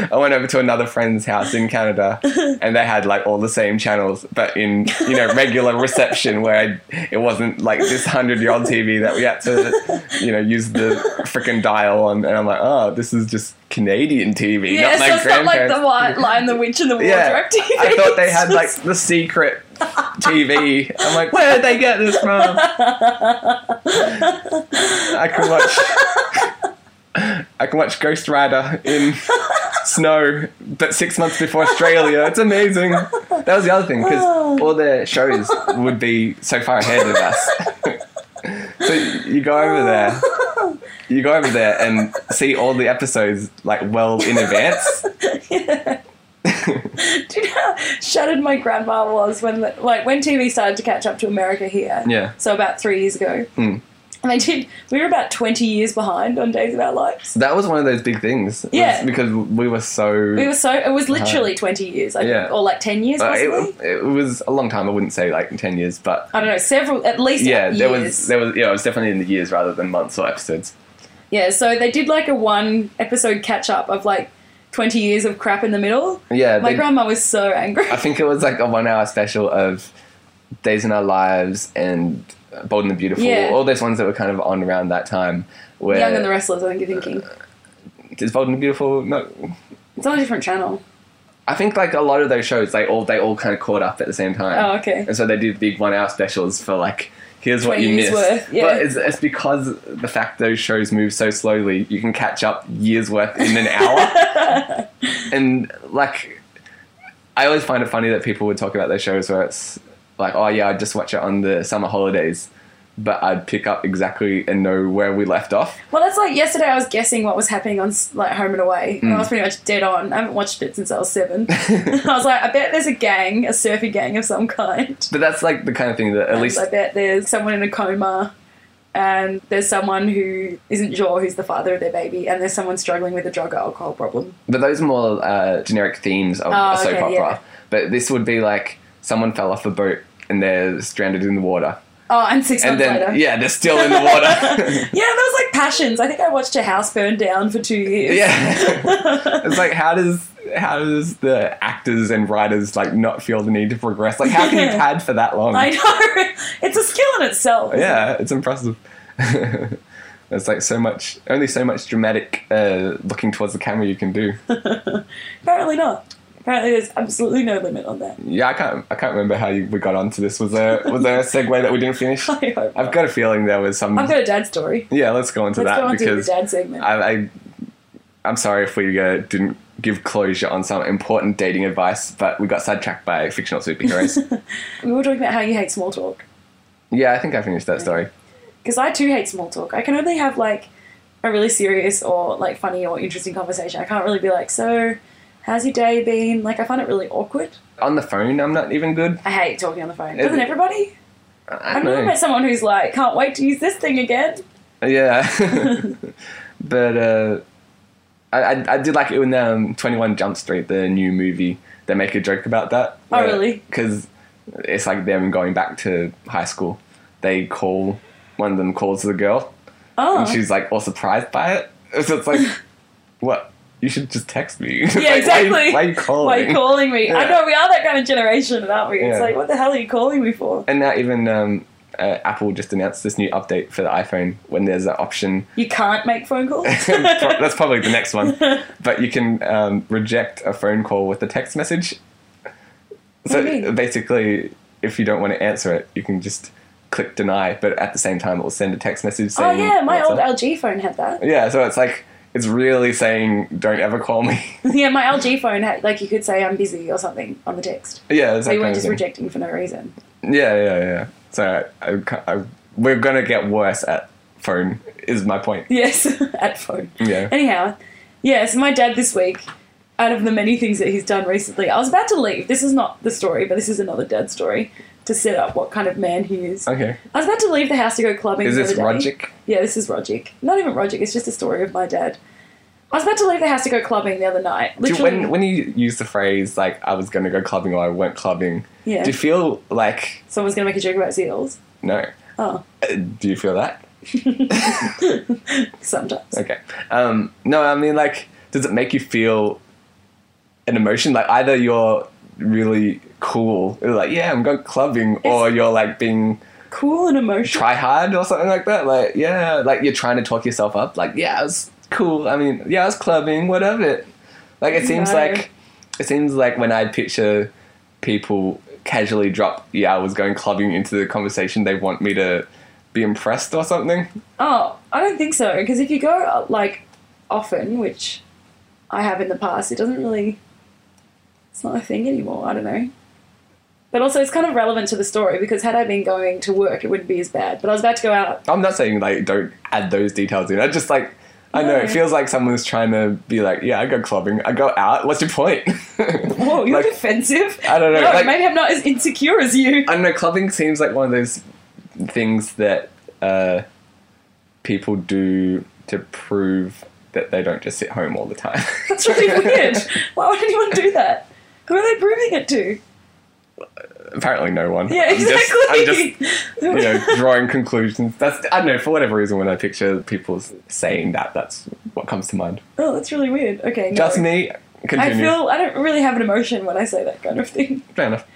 S2: you.
S1: *laughs* I went over to another friend's house in
S2: *laughs*
S1: Canada, and they had like all the same channels, but in you know regular reception where I, it wasn't like this hundred year old TV that we had to you know use the freaking dial on. And I'm like, oh, this is just Canadian TV,
S2: Yeah,
S1: not my
S2: so it's not like
S1: grandparents.
S2: the White Lion, the Witch, and the Wardrobe
S1: yeah,
S2: TV. *laughs*
S1: I thought they had
S2: It's
S1: like
S2: just-
S1: the secret TV. I'm like, where did they get this from? I can watch. I can watch Ghost Rider in snow, but six months before Australia. It's amazing. That was the other thing because all their shows would be so far ahead of us. *laughs* so you go over there, you go over there and see all the episodes like well in advance. *laughs*
S2: *laughs* Do you know how shattered my grandma was when, the, like, when TV started to catch up to America here?
S1: Yeah.
S2: So about three years ago.
S1: Hmm.
S2: And they did. We were about twenty years behind on Days of Our Lives.
S1: That was one of those big things. It was
S2: Yeah.
S1: because we were so.
S2: We were so. It was literally twenty years, I think,
S1: Uh-huh. Yeah.
S2: or like ten years,
S1: uh,
S2: possibly.
S1: it, it was a long time. I wouldn't say like ten years, but
S2: I don't know. Several, at least.
S1: yeah, there was
S2: years.
S1: there was yeah, it was definitely in the years rather than months or episodes.
S2: Yeah. So they did like a one episode catch up of like twenty years of crap in the middle.
S1: Yeah,
S2: My
S1: they-
S2: grandma was so angry.
S1: I think it was like a one-hour special of Days in Our Lives and Bold and the Beautiful.
S2: Yeah.
S1: All those ones that were kind of on around that time. Where
S2: *laughs* Young and the Restless. I think
S1: uh,
S2: you're thinking.
S1: is Bold and the Beautiful? No,
S2: It's on a different channel.
S1: I think like a lot of those shows, they all they all kind of caught up at the same time.
S2: Oh, okay.
S1: And so they did big one-hour specials for like. Here's what
S2: 20
S1: you
S2: years
S1: missed.
S2: worth, yeah.
S1: But it's, it's because the fact those shows move so slowly, you can catch up years worth in an hour.
S2: *laughs*
S1: and like, I always find it funny that people would talk about those shows where it's like, oh yeah, I'd just watch it on the summer holidays, but I'd pick up exactly and know where we left off.
S2: Well, that's like yesterday. I was guessing what was happening on s- like Home and Away,
S1: Hmm.
S2: and I was pretty much dead on. I haven't watched it since I
S1: *laughs*
S2: was seven. I was like, I bet there's a gang, a surfy gang of some kind.
S1: But that's like the kind of thing that at least
S2: I bet there's someone in a coma. and there's someone who isn't sure who's the father of their baby, and there's someone struggling with a drug or alcohol problem.
S1: But those are more uh, generic themes of
S2: Oh,
S1: a soap
S2: okay,
S1: opera.
S2: yeah.
S1: But this would be like someone fell off a boat and they're stranded in the water.
S2: Oh, and six
S1: and
S2: months
S1: then,
S2: later.
S1: yeah, they're still in the
S2: *laughs*
S1: water. *laughs*
S2: Yeah, there was like passions. I think I watched a house burn down for two years. *laughs*
S1: yeah. it's like, how does. How does the actors and writers like not feel the need to progress? Like, how can you
S2: *laughs* Yeah.
S1: pad for that long?
S2: I know. It's a skill in itself. isn't
S1: *laughs*
S2: it?
S1: yeah, it's impressive. *laughs* There's like so much, only so much dramatic uh, looking towards the camera you can do.
S2: Apparently not. Apparently there's absolutely no limit on that. *laughs*
S1: Yeah, I can't, I can't remember how you, we got onto this. Was there, was there a segue that we didn't finish?
S2: I hope.
S1: I've got a feeling there was some.
S2: I've got a dad story.
S1: yeah, let's go on to
S2: Let's
S1: that
S2: go on to the
S1: because
S2: dad segment.
S1: I, I, I'm sorry if we uh, didn't give closure on some important dating advice, but we got sidetracked by fictional
S2: *laughs*
S1: superheroes.
S2: we were talking about how you hate small talk.
S1: yeah, I think I finished that story.
S2: Because I too hate small talk. I can only have like a really serious or like funny or interesting conversation. I can't really be like, so how's your day been? Like I find it really awkward.
S1: On the phone, I'm not even good.
S2: I hate talking on the phone.
S1: It-
S2: Doesn't everybody?
S1: I
S2: I've
S1: don't
S2: never
S1: know.
S2: met someone who's like, can't wait to use this thing again.
S1: Yeah,
S2: *laughs*
S1: *laughs* but uh, I, I I did like it when um, Twenty One Jump Street, the new movie. They make a joke about that.
S2: Oh, really?
S1: Because it's like them going back to high school. They call one of them calls the girl,
S2: Oh.
S1: and she's like all surprised by it. So
S2: *laughs*
S1: it's like, what? You should just text me. *laughs* Yeah, Why,
S2: exactly.
S1: are you calling?
S2: Why are you calling me? I
S1: Yeah.
S2: know we are that kind of generation, aren't we? It's
S1: Yeah.
S2: like, what the hell are you calling me for?
S1: And now even um, uh, Apple just announced this new update for the iPhone when there's an option *laughs*
S2: You can't make phone calls.
S1: Pro- *laughs*
S2: *laughs*
S1: that's probably the next one. But you can um, reject a phone call with a text message. So
S2: What do you mean?
S1: basically, if you don't want to answer it, you can just click deny. But at the same time, it will send a text message
S2: oh
S1: saying,
S2: yeah, my
S1: what's
S2: old
S1: up.
S2: LG phone had that. *laughs*
S1: yeah." So it's like it's really saying, "Don't ever call me." *laughs*
S2: yeah, my LG phone had like you could say I'm busy or something on the text.
S1: yeah, it's
S2: So
S1: that kind
S2: you weren't
S1: of
S2: just
S1: thing.
S2: rejecting for no reason. *laughs*
S1: Yeah, yeah, yeah. So I, ca- I, we're gonna get worse at phone. Is my point.
S2: Yes, *laughs* at phone.
S1: Yeah.
S2: Anyhow, yeah, so my dad this week, out of the many things that he's done recently, I was about to leave. This is not the story, but this is another dad story to set up what kind of man he is.
S1: Okay.
S2: I was about to leave the house to go clubbing.
S1: Is
S2: the
S1: this
S2: other day.
S1: Rogic?
S2: Yeah, this is Rogic. Not even Rogic, it's just a story of my dad. I was about to leave the house to go clubbing the other night.
S1: Do you-
S2: Literally.
S1: when when you use the phrase like I was gonna go clubbing or I went clubbing,
S2: yeah.
S1: do you feel like
S2: Someone's going to make a joke about seals.
S1: no?
S2: Oh,
S1: Uh, Do you feel that?
S2: sometimes.
S1: Okay. Um, no, I mean like, does it make you feel an emotion? Like either you're really cool, like yeah, I'm going clubbing, or you're like being
S2: Cool and emotional.
S1: try hard or something like that. Like yeah, like you're trying to talk yourself up. Like yeah, I was cool. I mean yeah, I was clubbing. What of it? Like it seems
S2: No.
S1: like it seems like when I picture people casually drop yeah, I was going clubbing into the conversation, they want me to be impressed or something.
S2: Oh, I don't think so. Because if you go uh, like often, which I have in the past, it doesn't really. It's not a thing anymore. I don't know. But also, it's kind of relevant to the story because had I been going to work, it wouldn't be as bad. But I was about to go out.
S1: I'm not saying like don't add those details in. I just like I know
S2: No.
S1: it feels like someone's trying to be like, yeah, I go clubbing, I go out. What's your point? *laughs*
S2: Whoa, you're
S1: like,
S2: defensive.
S1: I don't know,
S2: No,
S1: like-
S2: maybe I'm not as insecure as you.
S1: I don't know. Clubbing seems like one of those things that uh, people do to prove that they don't just sit home all the time. *laughs*
S2: That's really weird. Why would anyone do that? Who are they proving it to?
S1: Apparently, no one.
S2: Yeah,
S1: I'm just-
S2: exactly.
S1: I'm just, you
S2: *laughs*
S1: know, drawing conclusions. That's I don't know. For whatever reason, when I picture people saying that, that's what comes to mind.
S2: oh, that's really weird. Okay, no.
S1: Just me. Continue.
S2: I feel I don't really have an emotion when I say that kind of thing.
S1: Fair enough.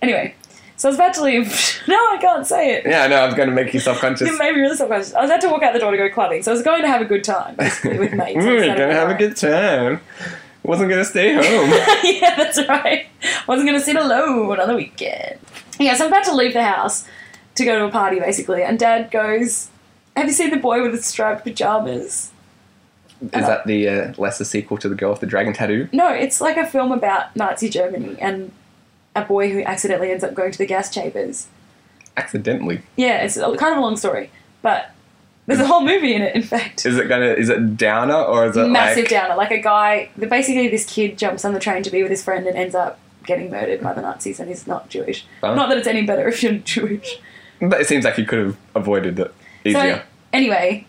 S2: Anyway, so I was about to leave. *laughs* no, I can't say it.
S1: Yeah, I know. I'm going to make you
S2: *laughs*
S1: self-conscious.
S2: It made me really self-conscious. I was about to walk out the door to go clubbing, so I was going to have a good time basically,
S1: *laughs*
S2: with mates. on
S1: We were
S2: Saturday
S1: Mm, gonna have a
S2: night.
S1: good time. Wasn't gonna stay
S2: *laughs*
S1: home.
S2: yeah, that's right. Wasn't going to sit alone on the weekend. Yeah, so I'm about to leave the house to go to a party basically, and Dad goes, "Have you seen the boy with the striped pajamas?"
S1: Is that the uh, lesser sequel to the girl with the dragon tattoo?
S2: No, it's like a film about Nazi Germany and a boy who accidentally ends up going to the gas chambers.
S1: Accidentally.
S2: Yeah, it's a- kind of a long story, but there's a whole movie in it. In fact,
S1: Is it gonna? Is it downer or is it
S2: massive
S1: like?
S2: downer. Like a guy, the- basically, this kid jumps on the train to be with his friend and ends up getting murdered by the Nazis, and he's not Jewish.
S1: Oh.
S2: Not that it's any better if you're Jewish.
S1: But it seems like you could have avoided it. Easier.
S2: anyway,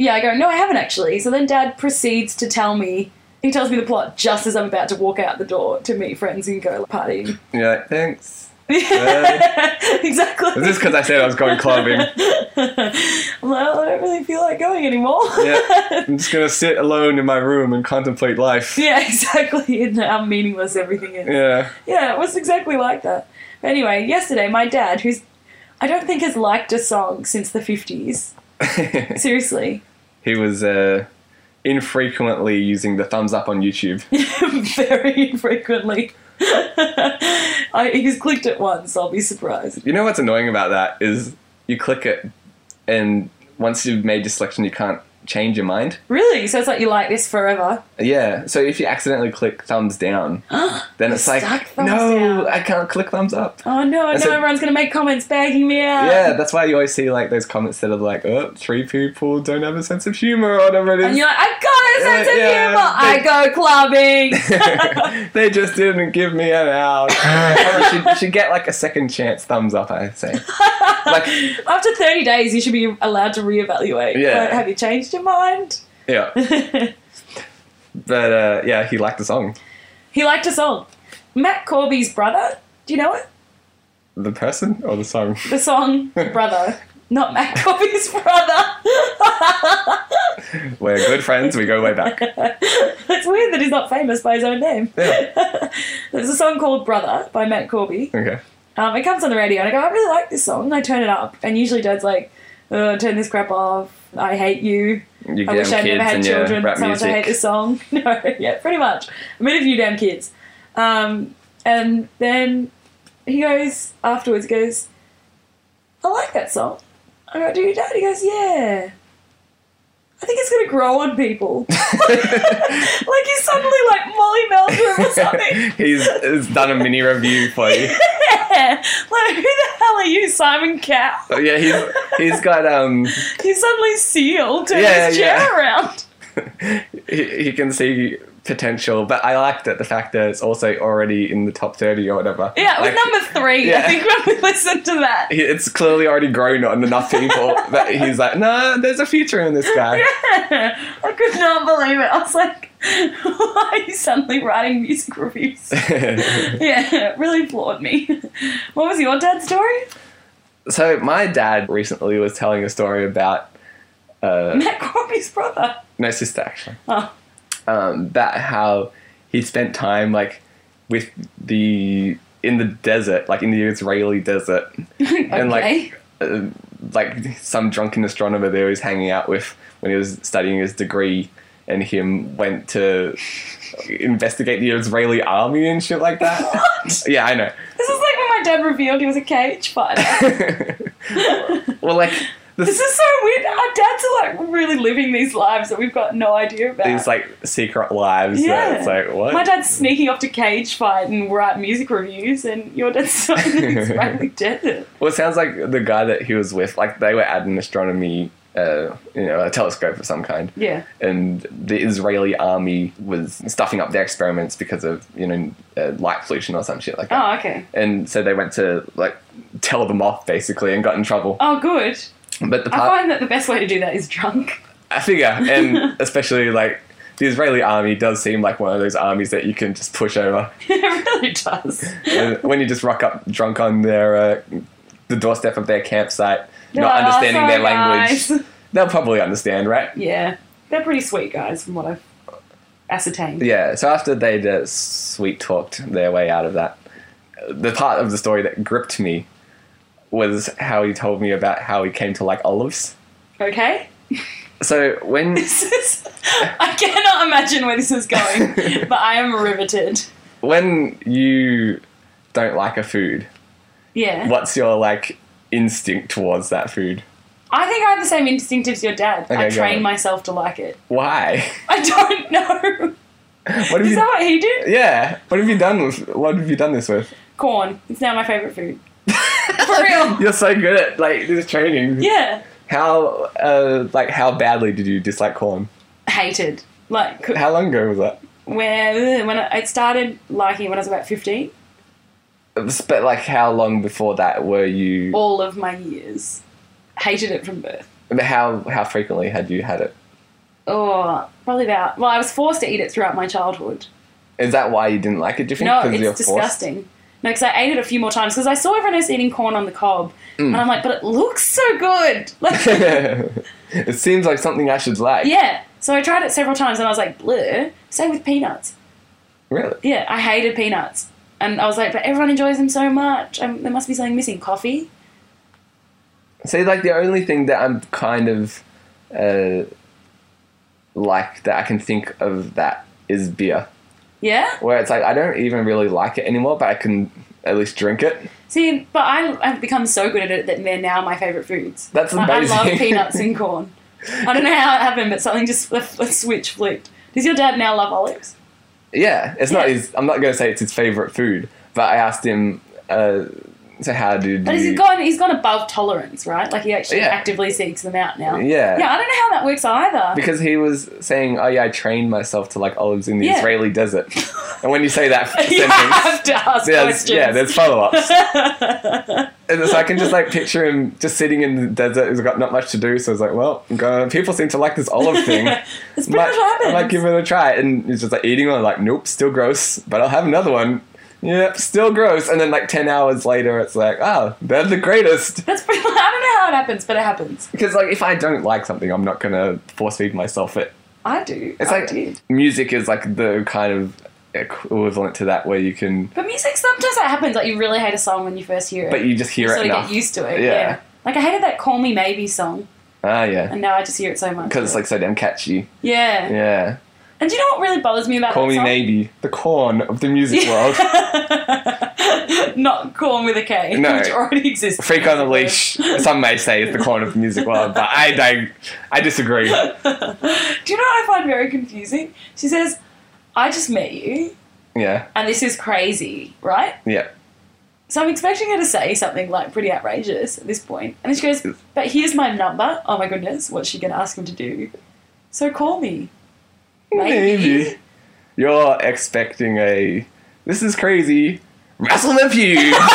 S2: yeah, I go, no, I haven't actually. So then dad proceeds to tell me, he tells me the plot just as I'm about to walk out the door to meet friends and go partying.
S1: And You're like, thanks.
S2: *laughs* exactly.
S1: Is this because I said I was going
S2: *laughs*
S1: clubbing?
S2: well, "Oh, I don't really feel like going anymore.
S1: Yeah. I'm just gonna sit alone in my room and contemplate life.
S2: *laughs* Yeah, exactly. *laughs* And how meaningless everything is.
S1: Yeah. *laughs*
S2: Yeah, it was exactly like that. But anyway, yesterday my dad, who's I don't think has liked a song since the fifties. Seriously.
S1: he was uh, infrequently using the thumbs up on
S2: *laughs*
S1: YouTube.
S2: Very infrequently. *laughs* I, he's clicked it once, I'll be surprised.
S1: You know what's annoying about that is you click it, and once you've made your selection, you can't change your mind.
S2: Really? So it's like you like this forever. *gasps*
S1: Yeah. So if you accidentally click thumbs down,
S2: Oh,
S1: then it's like,
S2: stuck thumbs
S1: no,
S2: down."
S1: I can't click thumbs up.
S2: Oh no,
S1: That's
S2: no,
S1: it.
S2: everyone's gonna make comments bagging me out.
S1: Yeah, that's why you always see like those comments that are like, "Oh, three people don't have a sense of humor or whatever it
S2: And
S1: is.
S2: you're like, I've got a sense of
S1: Yeah,
S2: humor. I go clubbing.
S1: they just didn't give me an out. should, you should get like a second chance thumbs up, I say. *laughs* Like,
S2: *laughs* After 30 days, you should be allowed to reevaluate.
S1: Yeah.
S2: Like, have you changed your mind? *laughs*
S1: yeah. But uh, yeah, he liked the song.
S2: he liked a song. Matt Corby's brother. Do you know it?
S1: The person or the song? *laughs*
S2: The song Brother. Not Matt Corby's *laughs* brother.
S1: We're good friends, we go way back.
S2: it's weird that he's not famous by his own name. *laughs* There's a song called Brother by Matt Corby.
S1: Okay.
S2: Um, it comes on the radio, and I go, I really like this song. And I turn it up, and usually Dad's like, "Ugh, turn this crap off. I hate you.
S1: You
S2: I
S1: damn
S2: wish I'd
S1: kids
S2: never had
S1: and your
S2: children.
S1: rap
S2: So much I hate
S1: music.
S2: this song. *laughs* No, yeah, pretty much. I mean, if you damn kids. Um, and then he goes afterwards. he Goes, I like that song. I go, do you, Dad? He goes, yeah. I think it's gonna grow on people.
S1: *laughs*
S2: *laughs* like he's suddenly like Molly Meldrum or
S1: *laughs*
S2: something. *laughs*
S1: he's, he's done a mini review for you.
S2: Yeah. Like who the hell are you, Simon Cowell?
S1: But yeah, he's he's got um
S2: He suddenly sealed turned
S1: Yeah,
S2: his
S1: yeah.
S2: chair around.
S1: he, he can see potential, but I liked it the fact that it's also already in the top thirty or whatever.
S2: Yeah, it
S1: Like,
S2: was number three. I
S1: yeah.
S2: think when we listened to that.
S1: he- it's clearly already grown on enough
S2: *laughs*
S1: people that he's like, nah, there's a future in this guy.
S2: *laughs* I could not believe it. I was like, *laughs* why are you suddenly writing music reviews?
S1: *laughs*
S2: yeah, it really floored me. What was your dad's story?
S1: so my dad recently was telling a story about uh,
S2: Matt Corby's brother.
S1: no sister actually.
S2: Oh,
S1: um, about how he spent time like with the in the desert, like in the Israeli desert,
S2: okay.
S1: and like uh, like some drunken astronomer there he was hanging out with when he was studying his degree, and him went to investigate the Israeli army and shit like that. Yeah, I know.
S2: this is like when my dad revealed he was a cage fighter.
S1: well, like the
S2: this is so weird. Our dads are like really living these lives that we've got no idea about.
S1: these like secret lives.
S2: Yeah.
S1: That it's like what?
S2: my dad's sneaking off to cage fight and write music reviews, and your dad's *laughs* starting to
S1: *laughs*
S2: Israeli desert.
S1: Well, it sounds like the guy that he was with, like they were at an astronomy, uh, you know, a telescope of some kind,
S2: Yeah.
S1: and the Israeli army was stuffing up their experiments because of you know uh, light pollution or some shit like that.
S2: Oh, okay.
S1: And so they went to like tell them off basically and got in trouble.
S2: Oh, good.
S1: But the
S2: I
S1: part
S2: find that the best way to do that is drunk. *laughs*
S1: I figure, and especially like the Israeli army does seem like one of those armies that you can just push over
S2: it really does.
S1: And when you just rock up drunk on their uh, the doorstep of their campsite,
S2: They're
S1: not
S2: like, "Oh,
S1: understanding their
S2: sorry,
S1: language.
S2: guys. *laughs*
S1: They'll probably understand, right?
S2: Yeah, they're pretty sweet guys, from what I've ascertained.
S1: Yeah. So after they'd uh, sweet talked their way out of that, the part of the story that gripped me was how he told me about how he came to like olives.
S2: Okay, *laughs*
S1: So when
S2: this is. I cannot imagine where this
S1: *laughs*
S2: is going, but I am riveted.
S1: when you don't like a food,
S2: Yeah,
S1: what's your like instinct towards that food?
S2: I think I have the same instinct as your dad. I
S1: Okay, go
S2: train
S1: on.
S2: myself to like it. *laughs*
S1: Why? *laughs*
S2: I don't know.
S1: What have
S2: Is
S1: you?
S2: that what he did?
S1: yeah. What have you done with? What have you done this with?
S2: Corn. It's now my
S1: *laughs*
S2: favorite food. For real.
S1: You're so good at like this training.
S2: Yeah.
S1: How uh, like how badly did you dislike corn?
S2: Hated. Like could-
S1: How long ago was that?
S2: where when I, I started liking it when I was about fifteen.
S1: It was- But like how long before that were you?
S2: all of my years. Hated it from birth.
S1: How how frequently had you had it?
S2: Oh, probably about. Well, I was forced to eat it throughout my childhood.
S1: Is that why you didn't like it? Do you think
S2: No,
S1: you're
S2: it's
S1: forced?
S2: disgusting. No, because I ate it a few more times because I saw everyone else eating corn on the cob,
S1: Mm.
S2: and I'm like, but it looks so good.
S1: *laughs*
S2: Like,
S1: it seems like something I should like.
S2: yeah. So I tried it several times, and I was like, bleh. Same with peanuts.
S1: Really?
S2: Yeah, I hated peanuts, and I was like, but everyone enjoys them so much. Um there must be something missing. Coffee.
S1: See, like the only thing that I'm kind of uh, like that I can think of that is beer,
S2: Yeah.
S1: where it's like I don't even really like it anymore, but I can at least drink it.
S2: See, but I, I've become so good at it that they're now my favorite foods.
S1: That's
S2: Like, I love
S1: amazing.
S2: peanuts and corn. I don't know how it happened, but something just a, a switch flipped. Does your dad now love olives?
S1: Yeah, it's not
S2: Yeah.
S1: his. I'm not going to say it's his favorite food, but I asked him. Uh, so how did
S2: But
S1: you?
S2: he's gone. He's gone above tolerance, right? Like he actually
S1: Yeah.
S2: actively seeks them out now.
S1: Yeah.
S2: Yeah, I don't know how that works either. *laughs*
S1: Because he was saying, "Oh yeah, I trained myself to like olives in the
S2: Yeah.
S1: Israeli desert," and when you say
S2: *laughs*
S1: that sentence,
S2: you have to ask
S1: there's,
S2: questions.
S1: yeah, there's follow-ups.
S2: *laughs*
S1: and so I can just like picture him just sitting in the desert. He's got not much to do, so it's like, well, I'm gonna- people seem to like this olive
S2: *laughs*
S1: thing.
S2: That's pretty
S1: might,
S2: much what
S1: I might
S2: happens.
S1: give it a try. And he's just like eating one, like, nope, still gross, but I'll have another one. Yep, still gross. And then like ten hours later, it's like, oh, they're the greatest.
S2: That's pretty. *laughs* I don't know how it happens, but it happens.
S1: Because like if I don't like something, I'm not gonna force feed myself it.
S2: I do.
S1: It's
S2: I
S1: like
S2: did.
S1: music is like the kind of equivalent to that where you can,
S2: But music sometimes that happens. Like you really hate a song when you first hear it.
S1: but you just hear
S2: you
S1: it
S2: sort of
S1: enough.
S2: get used to it.
S1: Yeah.
S2: Yeah. Like I hated that "Call Me Maybe" song,
S1: ah, yeah,
S2: and now I just hear it so much.
S1: because it's like so damn catchy.
S2: yeah.
S1: Yeah,
S2: And do you know what really bothers me about
S1: call
S2: that
S1: me
S2: song? *laughs*
S1: maybe the corn of the music world.
S2: Yeah. Not corn with a K,
S1: No.
S2: *laughs* which already exists.
S1: Freak on the leash.
S2: *laughs*
S1: Some may say it's the corn of the music world, but I don't. I disagree.
S2: Do you know what I find very confusing? She says, I just met you
S1: Yeah,
S2: and this is crazy, right?
S1: yeah.
S2: So I'm expecting her to say something like pretty outrageous at this point. And then she goes, But here's my number. Oh my goodness, what's she going to ask him to do? So call me.
S1: Maybe you're expecting a. This is crazy. Wrestle the fuse.
S2: *laughs* *laughs*
S1: *laughs*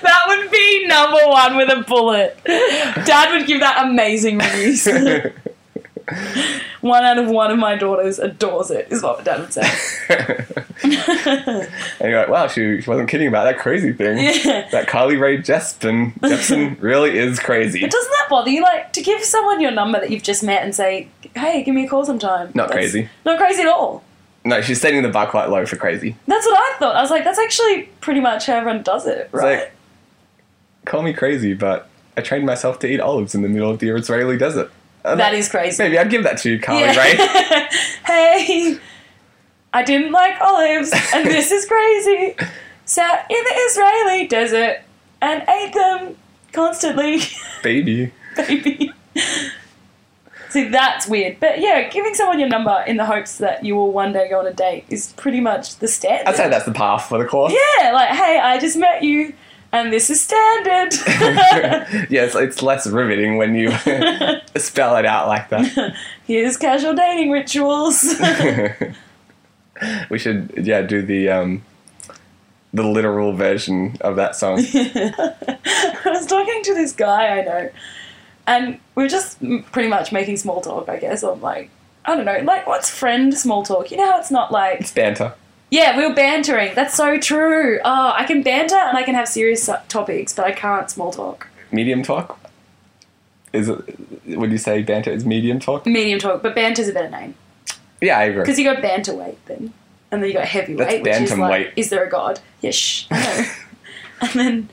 S2: That would be number one with a bullet. Dad would give that amazing reviews. *laughs* one out of one of my daughters adores it, is what dad would say. *laughs*
S1: and you're like, wow, she, she wasn't kidding about that crazy thing.
S2: Yeah.
S1: That Carly Rae Jepsen, Jepsen really is crazy.
S2: But doesn't that bother you? Like to give someone your number that you've just met and say, "Hey, give me a call sometime."
S1: Not crazy.
S2: Not crazy at all.
S1: No, she's setting the bar quite low for crazy.
S2: That's what I thought. I was like, that's actually pretty much how everyone does it,
S1: It's
S2: right?
S1: like, call me crazy, but I trained myself to eat olives in the middle of the Israeli desert. And
S2: that is crazy.
S1: Maybe I'd give that to you, Carly
S2: Yeah. *laughs*
S1: Rae.
S2: hey, I didn't like olives, and this is crazy. Sat in the Israeli desert and ate them constantly, *laughs*
S1: Baby.
S2: baby. See, that's weird. But yeah, giving someone your number in the hopes that you will one day go on a date is pretty much the standard.
S1: I'd say that's the path for the course.
S2: Yeah, like, hey, I just met you, and this
S1: *laughs*
S2: is standard.
S1: *laughs* yes, it's less riveting when you spell it out like that.
S2: *laughs* Here's casual dating rituals.
S1: *laughs*
S2: *laughs*
S1: we should, yeah, do the um, the literal version of that
S2: *laughs*
S1: song.
S2: I was talking to this guy I know, and we were just m- pretty much making small talk, I guess. I'm like, I don't know, like, what's friend small talk? You know how it's not like,
S1: Banter.
S2: yeah, we were bantering. That's so true. Oh, I can banter and I can have serious su- topics, but I can't small talk.
S1: Medium talk. Is it? Would you say banter is medium talk?
S2: Medium talk, but banter's a better name.
S1: Yeah, I agree.
S2: Because you got banter weight then. And then you got heavyweight, which is
S1: bantam
S2: like,
S1: weight.
S2: is there a god? Yeah, shh, I know. and then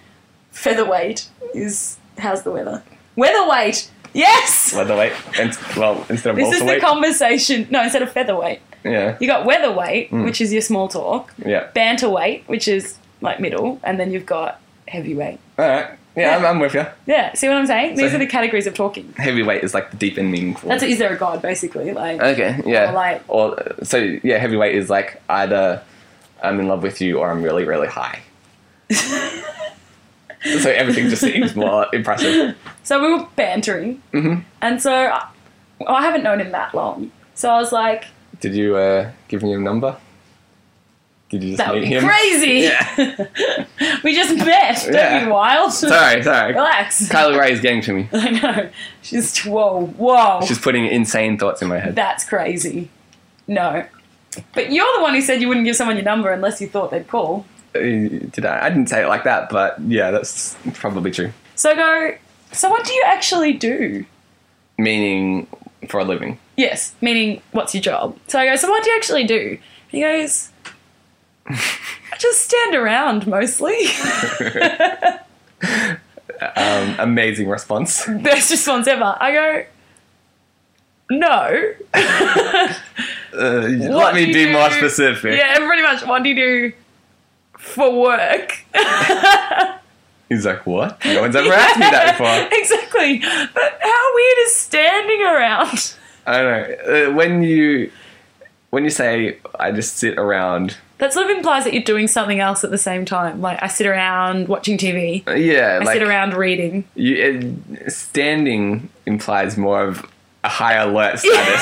S2: featherweight is, how's the weather? Weatherweight! Yes!
S1: Leatherweight. And, well, instead of
S2: this is the
S1: welterweight.
S2: conversation. No, instead of featherweight,
S1: yeah,
S2: you got weatherweight,
S1: Hmm.
S2: which is your small talk,
S1: yeah.
S2: banter weight, which is like middle, and then you've got heavyweight.
S1: All right. Yeah, I'm,
S2: Yeah.
S1: I'm with you.
S2: Yeah, see what I'm saying? These
S1: So-
S2: are the categories of talking.
S1: Heavyweight is like the deep and meaningful.
S2: That's is there a god, basically? Like,
S1: Okay, yeah.
S2: Or like-
S1: Or, uh, so yeah, heavyweight is like either I'm in love with you or I'm really really
S2: *laughs*
S1: high. so everything just seems more impressive.
S2: So we were bantering,
S1: mm-hmm.
S2: and so I, well, I haven't known him that long. So I was like,
S1: Did you uh, give me your number? Did you just
S2: That would
S1: meet
S2: be
S1: him?
S2: crazy. *laughs* we just met. Don't
S1: Yeah.
S2: be wild.
S1: Sorry, sorry.
S2: *laughs* Relax.
S1: Kylie Ray is getting to me.
S2: *laughs* I know. She's whoa, whoa.
S1: She's putting insane thoughts in my head.
S2: That's crazy. No. But you're the one who said you wouldn't give someone your number unless you thought they'd call.
S1: Uh, Did I? I didn't say it like that, but yeah, that's probably true.
S2: So go. So what do you actually do?
S1: Meaning for a living.
S2: Yes, meaning what's your job? So I go. So what do you actually do? He goes. I just stand around mostly. *laughs*
S1: Um, amazing response. Uh,
S2: Best response ever. I go. No. *laughs*
S1: Uh,
S2: What
S1: let
S2: do
S1: me
S2: you
S1: be more
S2: do?
S1: specific.
S2: Yeah, pretty much. What do you do for work? *laughs*
S1: He's like, what? No one's ever asked me that
S2: *laughs*
S1: before.
S2: Exactly. But how weird is standing around?
S1: I don't know. Uh, when you when you say I just sit around,
S2: That sort of implies that you're doing something else at the same time. Like I sit around watching TV.
S1: uh, yeah,
S2: I
S1: like
S2: sit around
S1: *laughs*
S2: reading.
S1: you, it, standing implies more of a high alert
S2: *laughs*
S1: status.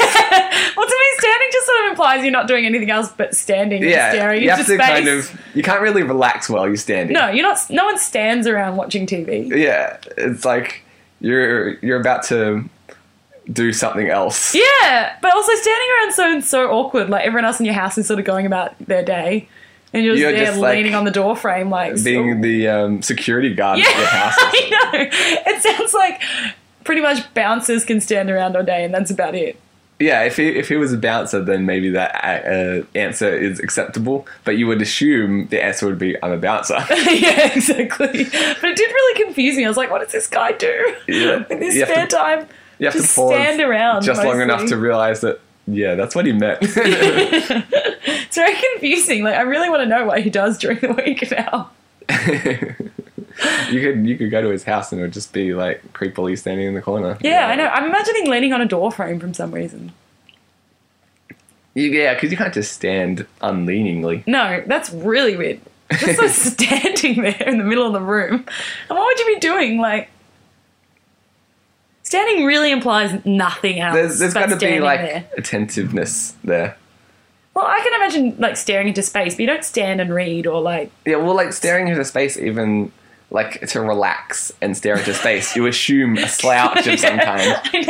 S2: Well, to me, standing just sort of implies you're not doing anything else but standing
S1: Yeah,
S2: and staring
S1: you
S2: into
S1: have to
S2: space.
S1: kind of you can't really relax while you're standing.
S2: No, you're not. No one stands around watching TV.
S1: Yeah, it's like you're you're about to do something else.
S2: Yeah, but also standing around so so awkward. Like everyone else in your house is sort of going about their day, and you're just
S1: You're
S2: there
S1: just, like,
S2: leaning on the door frame, like
S1: Being the um, security guard
S2: Yeah,
S1: at your house. or
S2: *laughs* I
S1: something.
S2: know. It sounds like pretty much bouncers can stand around all day, and that's about it. *laughs*
S1: Yeah, if he if he was a bouncer, then maybe that uh, answer is acceptable. But you would assume the answer would be I'm a bouncer. *laughs*
S2: yeah, exactly. But it did really confuse me. I was like, what does this guy do *laughs*
S1: Yeah.
S2: with his
S1: You have
S2: spare
S1: to-
S2: time?
S1: You have
S2: Just
S1: to pause
S2: stand around
S1: just long
S2: mostly.
S1: enough to realize that yeah, that's what he
S2: *laughs*
S1: meant. *laughs*
S2: It's very confusing. Like, I really want to know what he does during the *laughs* week now.
S1: you could you could go to his house and it would just be like creepily standing in the corner.
S2: Yeah, I know. I'm imagining leaning on a door frame from some reason.
S1: You- yeah, because you can't just stand unleaningly.
S2: No, that's really weird. Just like *laughs* standing there in the middle of the room. And what would you be doing? Like, standing really implies nothing else.
S1: There's there's
S2: but
S1: got to be
S2: standing
S1: like
S2: there.
S1: attentiveness there.
S2: Well, I can imagine like staring into space, but you don't stand and read or like.
S1: Yeah, well, like staring into space, even like to relax and stare into space, you assume a *laughs*
S2: *laughs*
S1: slouch of some kind.
S2: I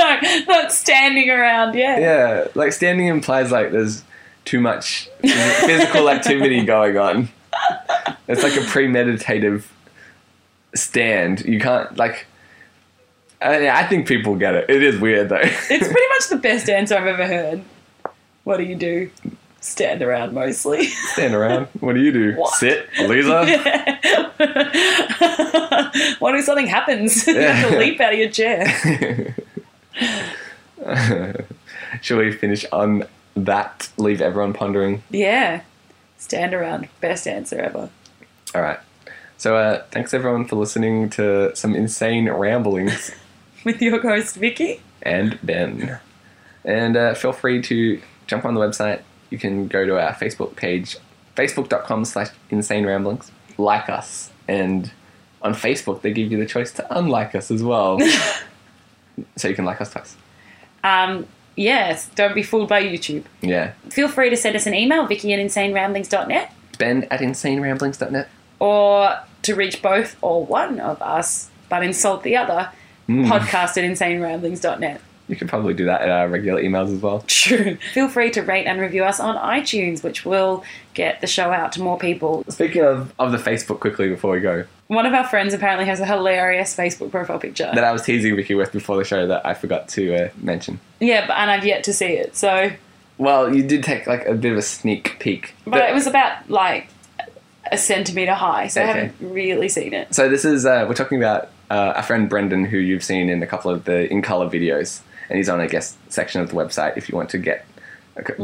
S2: know, not standing around. Yeah.
S1: Yeah, like standing implies like there's too much phys- physical activity going on. It's like a premeditative stand. You can't like. I, I think people get it. It is weird though.
S2: It's pretty much the best answer I've ever heard. What do you do? Stand
S1: *laughs*
S2: around
S1: *laughs*
S2: mostly. *laughs*
S1: Stand around. What do you do?
S2: What?
S1: Sit, loser.
S2: *laughs*
S1: *laughs*
S2: what if something happens? *laughs* you have to
S1: Yeah.
S2: leap out of your chair.
S1: Shall we finish on that? Leave everyone pondering.
S2: Yeah. Stand around. Best answer ever. *laughs*
S1: All right. So uh, thanks everyone for listening to some insane ramblings.
S2: With your host, Vicky.
S1: and Ben. And uh, feel free to jump on the website. You can go to our Facebook page, facebook.com slash insane ramblings. Like us. And on Facebook, they give you the choice to unlike us as well. so you can like us twice.
S2: Um, yes, don't be fooled by YouTube.
S1: Yeah.
S2: Feel free to send us an email, vicky at insaneramblings.net,
S1: Ben at insaneramblings.net.
S2: or to reach both or one of us but insult the other,
S1: Hmm.
S2: podcast at insaneramblings.net.
S1: You could probably do that at our regular emails as well.
S2: True. Feel free to rate and review us on iTunes, which will get the show out to more people.
S1: Speaking of, of the Facebook quickly before we go,
S2: One of our friends apparently has a hilarious Facebook profile picture.
S1: that I was teasing Vicky with before the show that I forgot to uh, mention.
S2: yeah, but, and I've yet to see it. So,
S1: Well, you did take like a bit of a sneak peek.
S2: but it was about like a centimeter high, so I
S1: Okay.
S2: haven't really seen it.
S1: So this is uh, we're talking about uh, our friend Brendan, who you've seen in a couple of the in color videos, and he's on a guest section of the website if you want to get a c- better-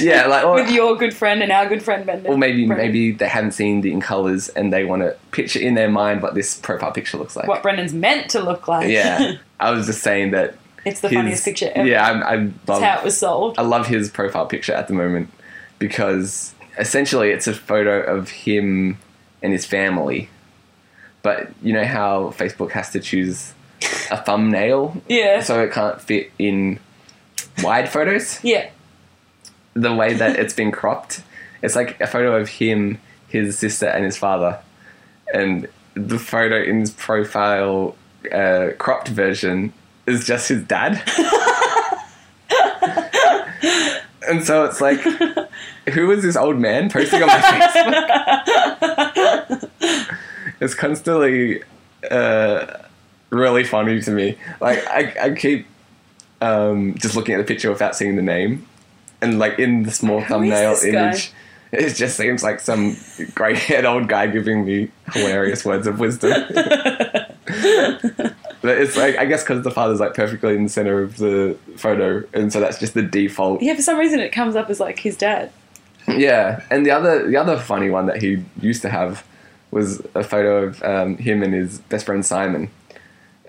S1: *laughs* Yeah, like or,
S2: *laughs* with your good friend and our good friend Brendan.
S1: or maybe
S2: Brendan.
S1: maybe they haven't seen the in colors and they want to picture in their mind what this profile picture looks like.
S2: what Brendan's meant to look like.
S1: Yeah, I was just saying that.
S2: *laughs* it's the
S1: his-
S2: funniest picture ever.
S1: Yeah, I, I love
S2: That's how it was sold.
S1: I love his profile picture at the moment because essentially it's a photo of him and his family. But you know how Facebook has to choose a thumbnail?
S2: Yeah.
S1: So it can't fit in wide photos?
S2: yeah.
S1: The way that it's been cropped It's like a photo of him, his sister, and his father. And the photo in his profile uh, cropped version is just his dad. and so it's
S2: *laughs*
S1: like, who is this old man posting on my Facebook?
S2: *laughs*
S1: it's constantly uh, really funny to me. Like, I, I keep um, just looking at the picture without seeing the name. And like in the
S2: *laughs*
S1: small thumbnail
S2: this guy?
S1: image, it just seems like some grey-haired old guy giving me hilarious words of
S2: *laughs*
S1: wisdom. but it's like I guess because the father's like perfectly in the center of the photo, and so that's just the default.
S2: Yeah, for some reason it comes up as like his dad.
S1: Yeah, and the other the other funny one that he used to have was a photo of um, him and his best friend Simon,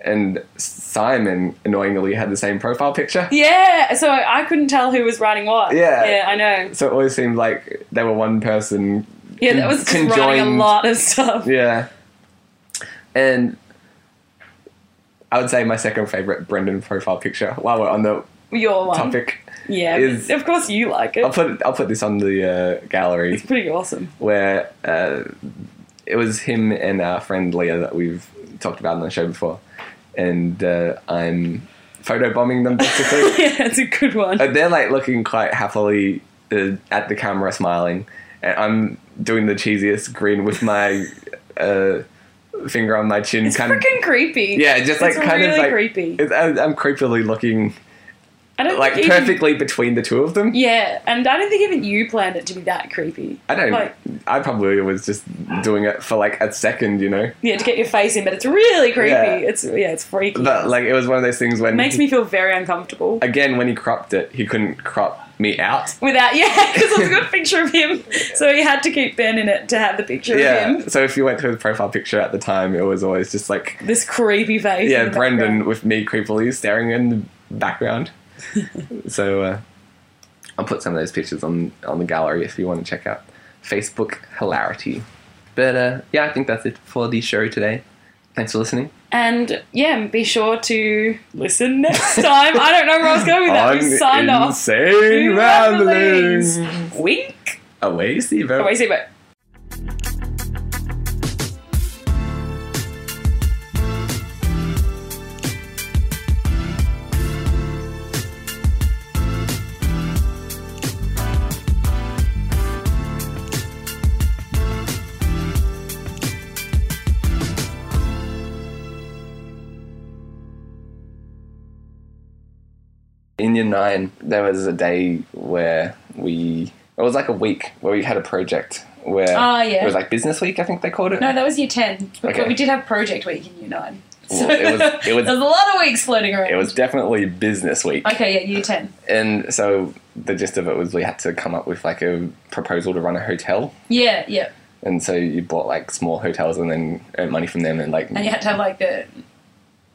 S1: and Simon annoyingly had the same profile picture.
S2: Yeah, so I couldn't tell who was writing what.
S1: Yeah.
S2: Yeah, I know.
S1: So it always seemed like they were one person.
S2: Yeah, that was just writing a
S1: Conjoined.
S2: lot of stuff.
S1: Yeah, and I would say my second favorite Brendan profile picture. While we're on the
S2: Your one.
S1: topic,
S2: Yeah.
S1: is- Oh,
S2: of course you like it.
S1: I'll put I'll put this on the uh, gallery
S2: It's pretty awesome. *laughs*
S1: where uh, it was him and our friend Leah that we've talked about on the show before, and uh, I'm photo bombing them basically.
S2: *laughs* yeah, it's a good one.
S1: And they're like looking quite happily uh, at the camera, smiling, and I'm doing the cheesiest grin with my uh, finger on my chin,
S2: It's freaking creepy.
S1: yeah, just like
S2: it's
S1: kind
S2: really
S1: of like
S2: creepy.
S1: it's- I'm, I'm creepily looking
S2: I don't
S1: like
S2: think even-
S1: perfectly between the two of them.
S2: Yeah, and I don't think even you planned it to be that creepy.
S1: I don't.
S2: Like-
S1: I probably was just doing it for like a second, you know.
S2: Yeah, to get your face in, but it's really creepy.
S1: Yeah.
S2: It's yeah, it's freaky.
S1: But like it was one of those things when
S2: it makes me feel very uncomfortable.
S1: again when he cropped it, he couldn't crop me out.
S2: Without yeah, *laughs* because it's
S1: *laughs*
S2: got a picture of him, so he had to keep Ben in it to have the picture
S1: Yeah.
S2: of him.
S1: So if you went to his profile picture at the time, it was always just like
S2: This creepy face. in
S1: yeah,
S2: the
S1: Brendan
S2: background.
S1: with me creepily staring in the
S2: *laughs*
S1: background. so uh, I'll put some of those pictures on on the gallery if you want to check out Facebook hilarity. But uh, yeah, I think that's it for the show today. Thanks for listening.
S2: And yeah, be sure to listen next time. I don't know where I was going
S1: *laughs*
S2: with that. We signed off.
S1: insane
S2: Ramblings.
S1: ramblings.
S2: Wink.
S1: Away, Steve.
S2: Oh, wait, see, wait.
S1: in year nine, there was a day where we it was like a week where we had a project where
S2: Ah, yeah.
S1: it was like business week, I think they called it.
S2: No, that was year 10. But
S1: Okay.
S2: we did have project week in year 9. So
S1: Well, it was-
S2: *laughs*
S1: it was-
S2: there was a lot of weeks floating around.
S1: it was definitely business week,
S2: Okay, yeah, year 10.
S1: and so the gist of it was we had to come up with like a proposal to run a hotel,
S2: Yeah, yeah.
S1: and so you bought like small hotels and then earned money from them and like
S2: And you had to have like the.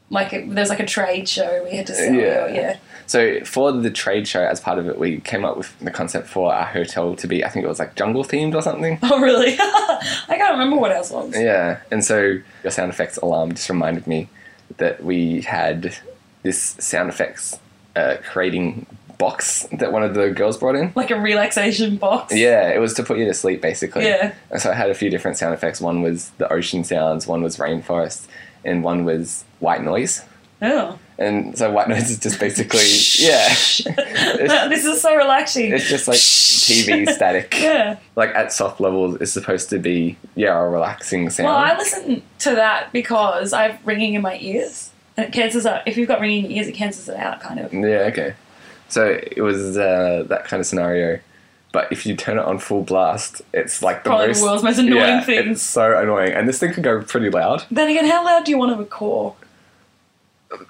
S2: Like, a, there was like a trade show we had to sell.
S1: Yeah.
S2: Yeah. yeah.
S1: So for the trade show, as part of it, we came up with the concept for our hotel to be, I think it was like jungle themed or something.
S2: Oh, really? *laughs* I can't remember what else was.
S1: Yeah, and so your sound effects alarm just reminded me that we had this sound effects uh, creating box that one of the girls brought in.
S2: Like a relaxation box.
S1: Yeah, it was to put you to sleep basically.
S2: Yeah.
S1: And so I had a few different sound effects. One was the ocean sounds, one was rainforest, and one was white noise.
S2: Oh.
S1: And so white *laughs* noise is just basically yeah.
S2: *laughs*
S1: It's-
S2: this is so relaxing.
S1: It's just like TV static.
S2: *laughs* yeah.
S1: Like at soft levels, it's supposed to be yeah a relaxing sound.
S2: Well, I listen to that because I have ringing in my ears. And it cancels out. If you've got ringing in your ears, it cancels it out, kind of.
S1: Yeah, okay. So it was uh, that kind of scenario. But if you turn it on full blast, it's like the
S2: Probably
S1: most,
S2: the world's most annoying
S1: yeah,
S2: thing.
S1: It's so annoying, and this thing could go pretty loud.
S2: Then again, how loud do you want to record?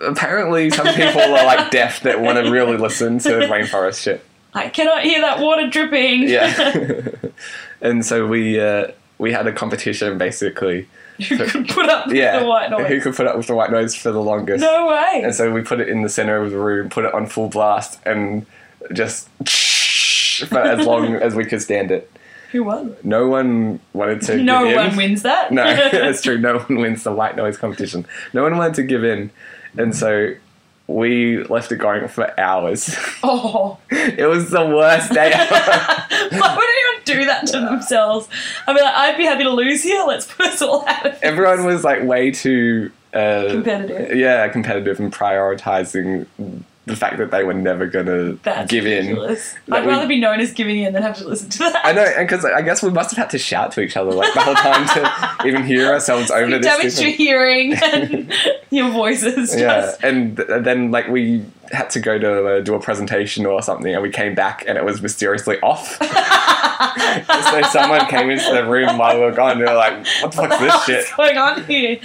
S1: Apparently, some people are
S2: *laughs*
S1: like deaf that want to really listen to rainforest shit.
S2: I cannot hear that water dripping. *laughs*
S1: Yeah. *laughs* and so we uh, we had a competition basically.
S2: Who could put up with
S1: Yeah,
S2: the white noise?
S1: who could put up with the white noise for the longest?
S2: no way.
S1: And so we put it in the center of the room, put it on full blast, and just *laughs* for as long as we could stand it.
S2: who won?
S1: No one wanted
S2: *laughs*
S1: to.
S2: No
S1: give in.
S2: one wins
S1: *laughs*
S2: that. *laughs*
S1: No, that's true. No one wins the white noise competition. No one wanted to give in, and so we left it going for hours. *laughs*
S2: Oh, *laughs*
S1: it was the worst day ever.
S2: why would anyone do that to themselves? I mean, like, I'd be happy to lose here. Let's put us all out. of it.
S1: Everyone was like way too uh,
S2: Competitive.
S1: Yeah, competitive and prioritizing the fact that they were never gonna
S2: That's
S1: give
S2: ridiculous.
S1: in. That
S2: I'd
S1: we-
S2: rather be known as giving in than have to listen to that.
S1: I know, and because I guess we must have had to shout to each other like the whole time
S2: *laughs*
S1: to even hear ourselves over
S2: You
S1: this.
S2: damage your
S1: different- *laughs*
S2: hearing and *laughs* your voices. *laughs* Just,
S1: Yeah, and th- then like we had to go to uh, do a presentation or something, and we came back and it was mysteriously
S2: *laughs*
S1: off. so someone came into the room while we were gone. And they were like, "What the fuck's this
S2: *laughs* What's
S1: shit?"
S2: going on here?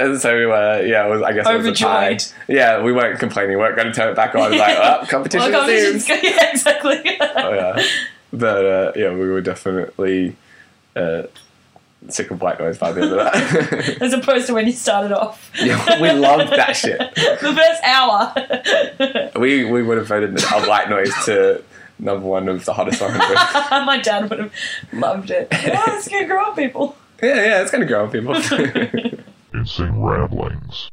S1: And so uh, yeah, it was, I guess it was a tie.
S2: Overjoyed.
S1: Yeah, we weren't complaining. We weren't going to turn it back on. Like,
S2: *laughs*
S1: oh, competition
S2: Well,
S1: resumes.
S2: competition's- *laughs* yeah, exactly.
S1: Oh, yeah. But uh, yeah, we were definitely uh, sick of white noise by the end of that. *laughs*
S2: *laughs* As opposed to when you started off.
S1: Yeah, we loved that shit.
S2: *laughs* the first hour. *laughs*
S1: we we would have voted a white noise to number one of the hottest 100. yeah,
S2: My dad would have
S1: *laughs*
S2: loved it. Oh, it's going to grow up people.
S1: yeah, it's gonna grow on people. *laughs*
S4: Insane Ramblings.